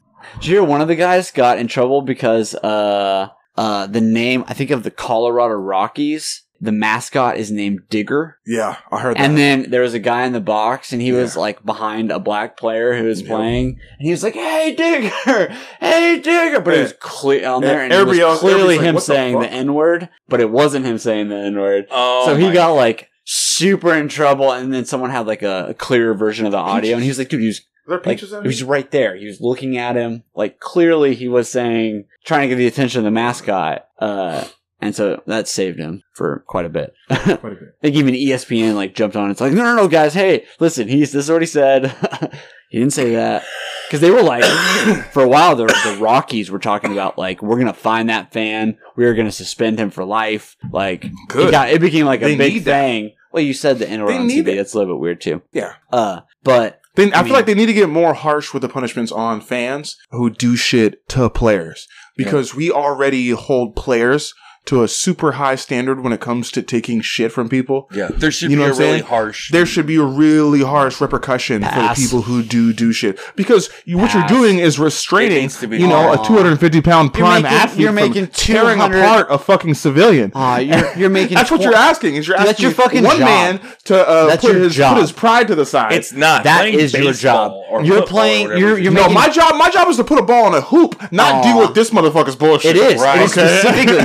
[SPEAKER 3] Did you hear one of the guys got in trouble because uh uh the name I think of the Colorado Rockies. The mascot is named Digger.
[SPEAKER 1] Yeah, I heard
[SPEAKER 3] And
[SPEAKER 1] that.
[SPEAKER 3] then there was a guy in the box, and he was
[SPEAKER 1] Yeah.
[SPEAKER 3] like behind a black player who was
[SPEAKER 1] Yep.
[SPEAKER 3] playing, and he was like, "Hey Digger, hey Digger," but it was clear on
[SPEAKER 1] Yeah,
[SPEAKER 3] there, and
[SPEAKER 1] everybody
[SPEAKER 3] it was
[SPEAKER 1] else-
[SPEAKER 3] clearly
[SPEAKER 1] everybody's like,
[SPEAKER 3] him
[SPEAKER 1] "What the
[SPEAKER 3] saying the
[SPEAKER 1] fuck?"
[SPEAKER 3] N word, but it wasn't him saying the N word.
[SPEAKER 4] Oh,
[SPEAKER 3] so he
[SPEAKER 4] my
[SPEAKER 3] got like super in trouble. And then someone had like a, a clearer version of the audio, and he was like, "Dude, he was
[SPEAKER 2] Are there
[SPEAKER 3] like,
[SPEAKER 2] peaches
[SPEAKER 3] he
[SPEAKER 2] in
[SPEAKER 3] was right there. He was looking at him. Like clearly, he was saying, trying to get the attention of the mascot." Uh, and so that saved him for quite a bit. I
[SPEAKER 2] Quite a bit.
[SPEAKER 3] think even E ESPN like jumped on. It's like, no, no, no, guys, hey, listen, he's this is what he said. he didn't say that because they were like, for a while, the, the Rockies were talking about like, we're gonna find that fan, we are gonna suspend him for life. Like, it,
[SPEAKER 2] Good.
[SPEAKER 3] got- it became like a
[SPEAKER 2] They
[SPEAKER 3] big
[SPEAKER 2] need that.
[SPEAKER 3] thing. Well, you said the NRL on
[SPEAKER 2] need
[SPEAKER 3] TV.
[SPEAKER 2] it.
[SPEAKER 3] That's a little bit weird too.
[SPEAKER 2] Yeah.
[SPEAKER 3] Uh, but
[SPEAKER 1] Then I,
[SPEAKER 3] I
[SPEAKER 1] feel
[SPEAKER 3] mean-
[SPEAKER 1] like they need to get more harsh with the punishments on fans who do shit to players because we already hold players to a super high standard when it comes to taking shit from people.
[SPEAKER 4] Yeah, there should
[SPEAKER 1] You know
[SPEAKER 4] be a
[SPEAKER 1] what I'm
[SPEAKER 4] really
[SPEAKER 1] saying?
[SPEAKER 4] harsh.
[SPEAKER 1] There should be a really harsh repercussion for
[SPEAKER 3] Pass.
[SPEAKER 1] the people who do do shit because you, what you're
[SPEAKER 3] Pass.
[SPEAKER 1] doing is
[SPEAKER 4] It
[SPEAKER 1] restraining,
[SPEAKER 4] needs to be
[SPEAKER 1] you know,
[SPEAKER 3] Aw.
[SPEAKER 1] a 250 pound
[SPEAKER 3] You're
[SPEAKER 1] prime
[SPEAKER 3] making-
[SPEAKER 1] athlete
[SPEAKER 3] you're
[SPEAKER 1] from
[SPEAKER 3] making
[SPEAKER 1] tearing
[SPEAKER 3] 200
[SPEAKER 1] apart a fucking civilian.
[SPEAKER 3] uh, you're you're making
[SPEAKER 1] That's what
[SPEAKER 3] tw-
[SPEAKER 1] you're asking. Is you're
[SPEAKER 3] That's
[SPEAKER 1] asking
[SPEAKER 3] your fucking
[SPEAKER 1] one
[SPEAKER 3] job.
[SPEAKER 1] man to uh,
[SPEAKER 3] That's
[SPEAKER 1] put,
[SPEAKER 3] your
[SPEAKER 1] his,
[SPEAKER 3] job.
[SPEAKER 1] put his pride to the side.
[SPEAKER 4] it's not.
[SPEAKER 3] That
[SPEAKER 4] Playing
[SPEAKER 3] is your
[SPEAKER 4] baseball
[SPEAKER 3] job.
[SPEAKER 4] or
[SPEAKER 3] You're
[SPEAKER 4] football or
[SPEAKER 3] playing-
[SPEAKER 4] whatever
[SPEAKER 3] you're-
[SPEAKER 4] it
[SPEAKER 3] you're
[SPEAKER 4] is.
[SPEAKER 1] no,
[SPEAKER 3] making-
[SPEAKER 1] my job. My job is to put a ball in a hoop, not
[SPEAKER 3] Aw.
[SPEAKER 1] deal with this motherfucker's bullshit.
[SPEAKER 3] It is.
[SPEAKER 4] Right.
[SPEAKER 3] It is
[SPEAKER 1] Okay.
[SPEAKER 3] specifically,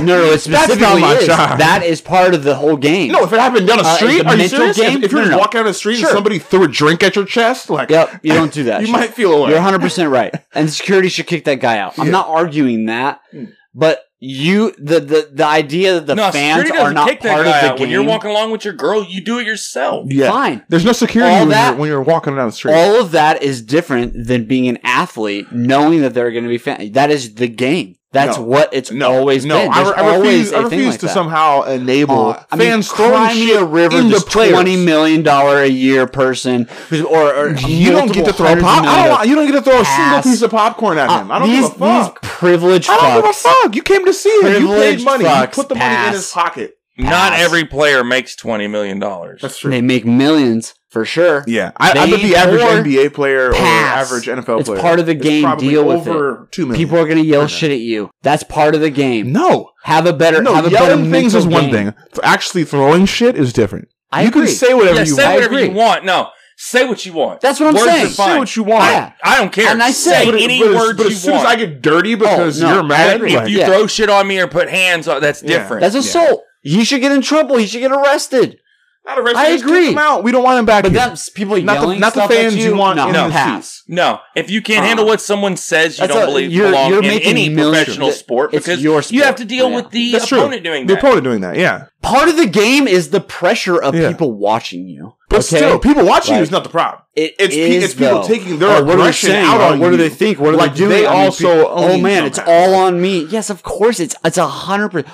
[SPEAKER 3] no, no, it
[SPEAKER 1] not
[SPEAKER 3] specifically
[SPEAKER 1] my
[SPEAKER 3] is.
[SPEAKER 1] job.
[SPEAKER 3] That is part of the whole game.
[SPEAKER 1] No, if it happened down a
[SPEAKER 3] Uh,
[SPEAKER 1] street,
[SPEAKER 3] the
[SPEAKER 1] are you
[SPEAKER 3] mental
[SPEAKER 1] serious?
[SPEAKER 3] game?
[SPEAKER 1] If, if you're
[SPEAKER 3] No, no, no.
[SPEAKER 1] walking down the street
[SPEAKER 3] Sure.
[SPEAKER 1] and somebody threw a drink at your chest, like
[SPEAKER 3] Yep, you don't do that.
[SPEAKER 1] you
[SPEAKER 3] shit.
[SPEAKER 1] might feel away.
[SPEAKER 3] You're 100% right. And security should kick that guy out. I'm not arguing that.
[SPEAKER 1] Hmm.
[SPEAKER 3] But you the the, the idea that the
[SPEAKER 4] no,
[SPEAKER 3] fans
[SPEAKER 4] security
[SPEAKER 3] are
[SPEAKER 4] doesn't
[SPEAKER 3] not
[SPEAKER 4] kick that
[SPEAKER 3] part of
[SPEAKER 4] guy
[SPEAKER 3] the
[SPEAKER 4] out.
[SPEAKER 3] game.
[SPEAKER 4] When you're walking along with your girl, you do it yourself.
[SPEAKER 1] yeah.
[SPEAKER 3] fine.
[SPEAKER 1] There's no security
[SPEAKER 3] All
[SPEAKER 1] when,
[SPEAKER 3] that-
[SPEAKER 1] you're, when you're walking down the street.
[SPEAKER 3] All of that is different than being an athlete knowing that they're going to be fans. That is the game. That's
[SPEAKER 1] No.
[SPEAKER 3] what it's
[SPEAKER 1] no,
[SPEAKER 3] always
[SPEAKER 1] no,
[SPEAKER 3] been.
[SPEAKER 1] I,
[SPEAKER 3] There's
[SPEAKER 1] re- I
[SPEAKER 3] always
[SPEAKER 1] refuse. I
[SPEAKER 3] a thing
[SPEAKER 1] refuse
[SPEAKER 3] like
[SPEAKER 1] to
[SPEAKER 3] that.
[SPEAKER 1] somehow enable
[SPEAKER 3] Uh, I mean,
[SPEAKER 1] fans throwing
[SPEAKER 3] cry me
[SPEAKER 1] shit
[SPEAKER 3] a river.
[SPEAKER 1] in the
[SPEAKER 3] This twenty
[SPEAKER 1] players.
[SPEAKER 3] million dollar a year person, who's, or, or
[SPEAKER 1] You don't get to throw
[SPEAKER 3] multiple
[SPEAKER 1] pop. I
[SPEAKER 3] hundreds of million
[SPEAKER 1] don't, want- you don't get to throw a single
[SPEAKER 3] Ass. Ah,
[SPEAKER 1] piece of popcorn at him. I don't
[SPEAKER 3] these,
[SPEAKER 1] give a fuck.
[SPEAKER 3] These privileged
[SPEAKER 1] I don't give a
[SPEAKER 3] fucks.
[SPEAKER 1] fuck. You came to see him. You paid
[SPEAKER 3] Privileged
[SPEAKER 1] money. You
[SPEAKER 3] fucks.
[SPEAKER 1] put the money in his
[SPEAKER 3] Pass.
[SPEAKER 1] pocket.
[SPEAKER 4] Not
[SPEAKER 3] Pass.
[SPEAKER 4] every player makes twenty million dollars.
[SPEAKER 3] They make millions for sure.
[SPEAKER 1] Yeah, I, I
[SPEAKER 3] They
[SPEAKER 1] bet the average
[SPEAKER 3] pour
[SPEAKER 1] NBA player
[SPEAKER 3] pass.
[SPEAKER 1] or average NFL
[SPEAKER 3] It's
[SPEAKER 1] player.
[SPEAKER 3] part of the game.
[SPEAKER 1] probably
[SPEAKER 3] Deal with
[SPEAKER 1] over it. Two million.
[SPEAKER 3] People are gonna yell shit at you. That's part of the game.
[SPEAKER 1] no,
[SPEAKER 3] Have a better.
[SPEAKER 1] no.
[SPEAKER 3] have a better
[SPEAKER 1] yelling things
[SPEAKER 3] mental
[SPEAKER 1] is one
[SPEAKER 3] game.
[SPEAKER 1] thing. Th- Actually, throwing shit is different.
[SPEAKER 3] I
[SPEAKER 1] you
[SPEAKER 3] agree.
[SPEAKER 1] can say whatever
[SPEAKER 4] Yeah,
[SPEAKER 1] you
[SPEAKER 4] say
[SPEAKER 1] want.
[SPEAKER 4] whatever you
[SPEAKER 3] agree.
[SPEAKER 4] want. No, say what you want.
[SPEAKER 3] That's what I'm
[SPEAKER 4] Words
[SPEAKER 3] saying.
[SPEAKER 4] Are fine.
[SPEAKER 1] Say what you want.
[SPEAKER 3] Yeah.
[SPEAKER 4] I don't care.
[SPEAKER 3] And I
[SPEAKER 4] say
[SPEAKER 3] say-
[SPEAKER 1] But, it-
[SPEAKER 4] any
[SPEAKER 1] but as-
[SPEAKER 4] words
[SPEAKER 1] but
[SPEAKER 4] you
[SPEAKER 1] as soon
[SPEAKER 4] want.
[SPEAKER 1] as I get dirty because
[SPEAKER 3] Oh, no,
[SPEAKER 1] you're mad,
[SPEAKER 4] But if
[SPEAKER 1] like,
[SPEAKER 4] you
[SPEAKER 3] Yeah.
[SPEAKER 4] throw shit on me or put hands on, that's
[SPEAKER 1] Yeah.
[SPEAKER 4] different.
[SPEAKER 3] That's assault. He should get in trouble. He should get arrested.
[SPEAKER 1] not a racist,
[SPEAKER 3] I
[SPEAKER 1] just kick
[SPEAKER 3] agree.
[SPEAKER 1] him out. We don't want him back.
[SPEAKER 3] But
[SPEAKER 1] here.
[SPEAKER 3] that's people
[SPEAKER 1] Not the-
[SPEAKER 3] yelling.
[SPEAKER 1] not the
[SPEAKER 3] stuff at
[SPEAKER 1] fans you want
[SPEAKER 3] No,
[SPEAKER 1] in
[SPEAKER 3] no
[SPEAKER 1] the
[SPEAKER 3] pass.
[SPEAKER 4] no, if you can't
[SPEAKER 3] Uh-uh.
[SPEAKER 4] handle what someone says, you
[SPEAKER 3] That's
[SPEAKER 4] don't
[SPEAKER 3] a-
[SPEAKER 4] believe you
[SPEAKER 3] you're-
[SPEAKER 4] belong
[SPEAKER 3] you're
[SPEAKER 4] in
[SPEAKER 3] making
[SPEAKER 4] any
[SPEAKER 3] millions.
[SPEAKER 4] professional
[SPEAKER 3] Th-
[SPEAKER 4] sport
[SPEAKER 3] it's
[SPEAKER 4] because
[SPEAKER 3] your
[SPEAKER 4] you
[SPEAKER 3] sport.
[SPEAKER 4] have to deal
[SPEAKER 3] Yeah.
[SPEAKER 4] with the
[SPEAKER 1] That's true.
[SPEAKER 4] opponent doing
[SPEAKER 1] the
[SPEAKER 4] that.
[SPEAKER 1] opponent doing that. Yeah,
[SPEAKER 3] Part of the game is the pressure of
[SPEAKER 1] Yeah.
[SPEAKER 3] people watching you.
[SPEAKER 1] but
[SPEAKER 3] okay?
[SPEAKER 1] still, people watching you
[SPEAKER 3] Like-
[SPEAKER 1] is not the problem.
[SPEAKER 3] It
[SPEAKER 1] It's, pe-
[SPEAKER 3] is,
[SPEAKER 1] it's people
[SPEAKER 3] though.
[SPEAKER 1] taking their
[SPEAKER 3] Oh, what are they
[SPEAKER 1] aggression
[SPEAKER 3] saying?
[SPEAKER 1] out
[SPEAKER 3] Oh,
[SPEAKER 1] on
[SPEAKER 3] what do
[SPEAKER 1] you.
[SPEAKER 3] they think? What are
[SPEAKER 1] Like,
[SPEAKER 3] they doing?
[SPEAKER 1] They
[SPEAKER 3] I mean,
[SPEAKER 1] also
[SPEAKER 3] pe-
[SPEAKER 1] own
[SPEAKER 3] oh
[SPEAKER 1] you
[SPEAKER 3] man, it's
[SPEAKER 1] somehow.
[SPEAKER 3] all on me. Yes, of course, it's it's a hundred percent.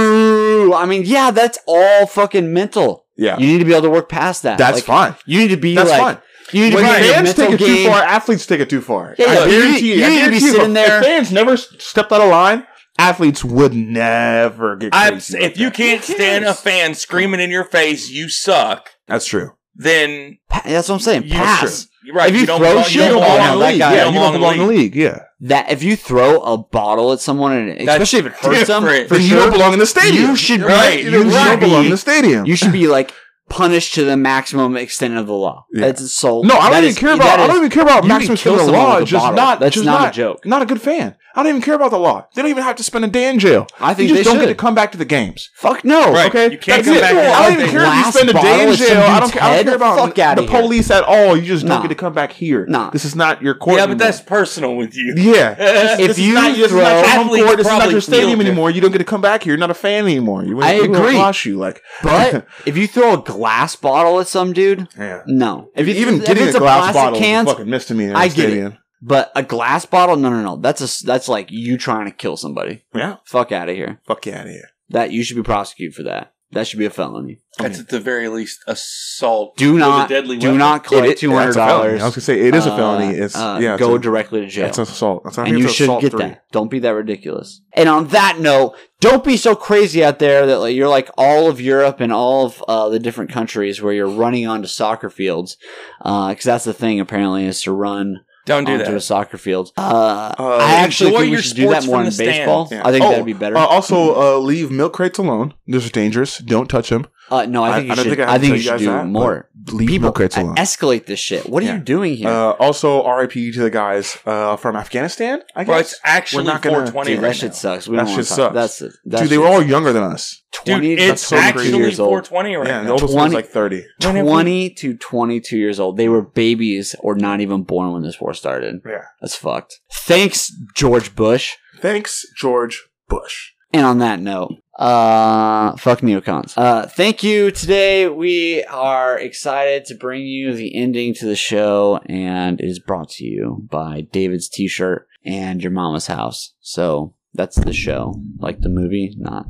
[SPEAKER 3] Boo! I mean, yeah, that's all fucking mental.
[SPEAKER 1] Yeah.
[SPEAKER 3] you need to be able to work past that.
[SPEAKER 1] That's
[SPEAKER 3] Like,
[SPEAKER 1] fine.
[SPEAKER 3] You need to be
[SPEAKER 1] That's
[SPEAKER 3] like,
[SPEAKER 1] fine.
[SPEAKER 3] you need to
[SPEAKER 1] When
[SPEAKER 3] be in a
[SPEAKER 1] fans
[SPEAKER 3] mental
[SPEAKER 1] take it too
[SPEAKER 3] game.
[SPEAKER 1] far, athletes take it too far.
[SPEAKER 3] Yeah,
[SPEAKER 1] I
[SPEAKER 3] yeah. You-
[SPEAKER 1] guarantee
[SPEAKER 3] you
[SPEAKER 1] I
[SPEAKER 3] need to be
[SPEAKER 1] guarantee if a-
[SPEAKER 3] sitting there-
[SPEAKER 1] If fans never s- stepped out of line, athletes would never get.
[SPEAKER 4] I'm,
[SPEAKER 1] crazy like
[SPEAKER 4] if you
[SPEAKER 1] that.
[SPEAKER 4] can't
[SPEAKER 1] Who
[SPEAKER 4] stand a
[SPEAKER 1] cares?
[SPEAKER 4] fan screaming in your face, you suck.
[SPEAKER 1] that's true.
[SPEAKER 4] Then
[SPEAKER 3] Pa- that's what I'm saying.
[SPEAKER 4] you
[SPEAKER 3] Pass
[SPEAKER 4] You're Right,
[SPEAKER 3] If you
[SPEAKER 4] don't
[SPEAKER 3] throw
[SPEAKER 4] belong-
[SPEAKER 3] shit,
[SPEAKER 4] Oh, you don't
[SPEAKER 3] you don't
[SPEAKER 4] belong in
[SPEAKER 3] belong
[SPEAKER 4] the
[SPEAKER 3] in that
[SPEAKER 4] league.
[SPEAKER 3] guy.
[SPEAKER 4] You
[SPEAKER 1] Yeah,
[SPEAKER 4] don't
[SPEAKER 1] you don't
[SPEAKER 4] belong in the
[SPEAKER 1] belong in
[SPEAKER 4] league.
[SPEAKER 1] the league. Yeah,
[SPEAKER 3] that if you throw a bottle at someone, and it-
[SPEAKER 4] That's
[SPEAKER 3] especially if it hurts them,
[SPEAKER 4] different.
[SPEAKER 3] for
[SPEAKER 1] Then you
[SPEAKER 3] sure,
[SPEAKER 1] don't belong in the stadium.
[SPEAKER 3] you should be.
[SPEAKER 4] Right,
[SPEAKER 1] You
[SPEAKER 3] You,
[SPEAKER 1] don't
[SPEAKER 3] should
[SPEAKER 1] belong in
[SPEAKER 3] be
[SPEAKER 1] the stadium.
[SPEAKER 3] you should be like punished to the maximum extent of the law.
[SPEAKER 1] Yeah.
[SPEAKER 3] That's assault.
[SPEAKER 1] no, I
[SPEAKER 3] That
[SPEAKER 1] don't
[SPEAKER 3] is-
[SPEAKER 1] even care
[SPEAKER 3] that
[SPEAKER 1] about. I
[SPEAKER 3] is-
[SPEAKER 1] don't even care about
[SPEAKER 3] you
[SPEAKER 1] Maximus
[SPEAKER 3] can kill
[SPEAKER 1] the
[SPEAKER 3] someone
[SPEAKER 1] law.
[SPEAKER 3] with a
[SPEAKER 1] Just
[SPEAKER 3] bottle.
[SPEAKER 1] not.
[SPEAKER 3] That's
[SPEAKER 1] just
[SPEAKER 3] not a
[SPEAKER 1] not
[SPEAKER 3] joke.
[SPEAKER 1] Not a good fan. I don't even care about the law. They don't even have to spend a day in jail.
[SPEAKER 3] I think
[SPEAKER 1] you
[SPEAKER 3] they
[SPEAKER 1] just don't get
[SPEAKER 3] should.
[SPEAKER 1] to come back to the games.
[SPEAKER 3] Fuck no.
[SPEAKER 4] Right.
[SPEAKER 1] Okay,
[SPEAKER 4] You can't
[SPEAKER 1] that's
[SPEAKER 4] come
[SPEAKER 1] it.
[SPEAKER 4] back to
[SPEAKER 1] I don't
[SPEAKER 4] nothing.
[SPEAKER 1] even care if you
[SPEAKER 3] Last
[SPEAKER 1] spend a day
[SPEAKER 3] bottle
[SPEAKER 1] in
[SPEAKER 3] at some
[SPEAKER 1] jail. I don't,
[SPEAKER 3] dude's
[SPEAKER 1] care- I don't
[SPEAKER 3] head?
[SPEAKER 1] care about
[SPEAKER 3] Fuck outta
[SPEAKER 1] the
[SPEAKER 3] here.
[SPEAKER 1] police at all. You just don't
[SPEAKER 3] Nah.
[SPEAKER 1] get to come back here.
[SPEAKER 3] Nah.
[SPEAKER 1] This is not your court.
[SPEAKER 4] Yeah, but
[SPEAKER 1] anymore.
[SPEAKER 4] that's personal with you.
[SPEAKER 1] yeah.
[SPEAKER 3] If
[SPEAKER 1] this
[SPEAKER 3] you
[SPEAKER 1] is not, this is
[SPEAKER 3] throw,
[SPEAKER 1] not your home
[SPEAKER 4] Athletes
[SPEAKER 1] court. This is not
[SPEAKER 4] probably
[SPEAKER 1] your stadium
[SPEAKER 4] feel
[SPEAKER 1] anymore. You don't get to come back here. You're not a fan anymore. You,
[SPEAKER 3] I
[SPEAKER 1] we won't
[SPEAKER 3] agree.
[SPEAKER 1] Watch you like,
[SPEAKER 3] But if you throw a glass bottle at some dude,
[SPEAKER 1] yeah.
[SPEAKER 3] no. If you
[SPEAKER 1] even
[SPEAKER 3] if
[SPEAKER 1] getting
[SPEAKER 3] it's
[SPEAKER 1] a glass
[SPEAKER 3] plastic
[SPEAKER 1] bottle
[SPEAKER 3] can,
[SPEAKER 1] is a fucking misdemeanor. in
[SPEAKER 3] I
[SPEAKER 1] a
[SPEAKER 3] get it.
[SPEAKER 1] stadium.
[SPEAKER 3] but a glass bottle, no, no, no. That's a s- that's like you trying to kill somebody.
[SPEAKER 1] Yeah,
[SPEAKER 3] Fuck out of here.
[SPEAKER 1] fuck you out of here.
[SPEAKER 3] That you should be prosecuted for that. That should be a felony.
[SPEAKER 4] That's at the very least assault.
[SPEAKER 3] Do
[SPEAKER 4] with a
[SPEAKER 3] not
[SPEAKER 4] deadly
[SPEAKER 3] do
[SPEAKER 4] weapon.
[SPEAKER 3] not collect
[SPEAKER 1] It-
[SPEAKER 3] two hundred
[SPEAKER 1] that's a felony.
[SPEAKER 3] dollars. Uh,
[SPEAKER 1] I was gonna say it is a felony. It's yeah.
[SPEAKER 3] go
[SPEAKER 1] it's a,
[SPEAKER 3] directly to jail.
[SPEAKER 1] It's assault. That's not
[SPEAKER 3] and you
[SPEAKER 1] it's
[SPEAKER 3] should
[SPEAKER 1] assault
[SPEAKER 3] get
[SPEAKER 1] three.
[SPEAKER 3] that. Don't be that ridiculous. And on that note, don't be so crazy out there that like, you're like all of Europe and all of uh, the different countries where you're running onto soccer fields, because that's the thing apparently is to run
[SPEAKER 4] Don't do
[SPEAKER 3] onto a
[SPEAKER 4] that.
[SPEAKER 3] soccer field. Uh,
[SPEAKER 1] Uh,
[SPEAKER 3] I actually
[SPEAKER 4] enjoy
[SPEAKER 3] think we
[SPEAKER 4] your
[SPEAKER 3] should do that
[SPEAKER 4] sports
[SPEAKER 3] more
[SPEAKER 4] from
[SPEAKER 3] in
[SPEAKER 4] the
[SPEAKER 3] baseball.
[SPEAKER 4] stands.
[SPEAKER 1] Yeah.
[SPEAKER 3] I think
[SPEAKER 1] Oh,
[SPEAKER 3] that'd be better.
[SPEAKER 1] Uh, also, uh, leave milk crates alone. Those are dangerous. Don't touch them.
[SPEAKER 3] Uh, no, I think
[SPEAKER 1] I- I
[SPEAKER 3] you
[SPEAKER 1] don't
[SPEAKER 3] should.
[SPEAKER 1] think I
[SPEAKER 3] I,
[SPEAKER 1] have to
[SPEAKER 3] think
[SPEAKER 1] tell
[SPEAKER 3] you
[SPEAKER 1] you
[SPEAKER 3] should
[SPEAKER 1] guys
[SPEAKER 3] do
[SPEAKER 1] that,
[SPEAKER 3] more.
[SPEAKER 1] Leave
[SPEAKER 3] People
[SPEAKER 1] milk crates
[SPEAKER 3] I-
[SPEAKER 1] alone.
[SPEAKER 3] escalate this shit. What are
[SPEAKER 1] Yeah.
[SPEAKER 3] you doing here?
[SPEAKER 1] Uh, also, RIP to the guys uh, from Afghanistan. I
[SPEAKER 4] Bro,
[SPEAKER 1] guess.
[SPEAKER 4] it's actually
[SPEAKER 1] not gonna-
[SPEAKER 4] 420
[SPEAKER 3] Dude, that
[SPEAKER 4] right
[SPEAKER 3] shit
[SPEAKER 4] now.
[SPEAKER 3] sucks. We
[SPEAKER 1] That
[SPEAKER 3] don't
[SPEAKER 1] shit
[SPEAKER 3] want to talk.
[SPEAKER 1] sucks.
[SPEAKER 3] That's that's
[SPEAKER 1] Dude, they were all younger than us.
[SPEAKER 4] Dude,
[SPEAKER 3] 20
[SPEAKER 4] it's
[SPEAKER 1] so
[SPEAKER 3] to 22
[SPEAKER 4] actually
[SPEAKER 3] years old.
[SPEAKER 4] 420 right
[SPEAKER 1] yeah, and the
[SPEAKER 4] now.
[SPEAKER 1] oldest one was
[SPEAKER 3] 20
[SPEAKER 1] like thirty.
[SPEAKER 4] Don't have-
[SPEAKER 3] 20 to 22 years old. They were babies or not even born when this war started.
[SPEAKER 1] Yeah.
[SPEAKER 3] That's fucked. Thanks, George Bush.
[SPEAKER 1] Thanks, George Bush.
[SPEAKER 3] And on that note, uh, fuck neocons. Uh, thank you. Today we are excited to bring you the ending to the show, and it is brought to you by David's T-shirt and your mama's house. So that's the show, like the movie, not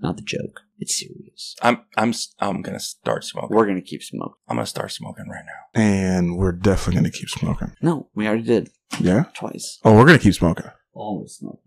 [SPEAKER 3] not the joke. It's serious.
[SPEAKER 4] I'm I'm s- I'm gonna start smoking.
[SPEAKER 3] We're gonna keep smoking.
[SPEAKER 4] I'm gonna start smoking right now.
[SPEAKER 1] And we're definitely gonna keep smoking.
[SPEAKER 3] No, we already did
[SPEAKER 1] Yeah.
[SPEAKER 3] twice.
[SPEAKER 1] Oh, we're gonna keep smoking.
[SPEAKER 3] Always smoke.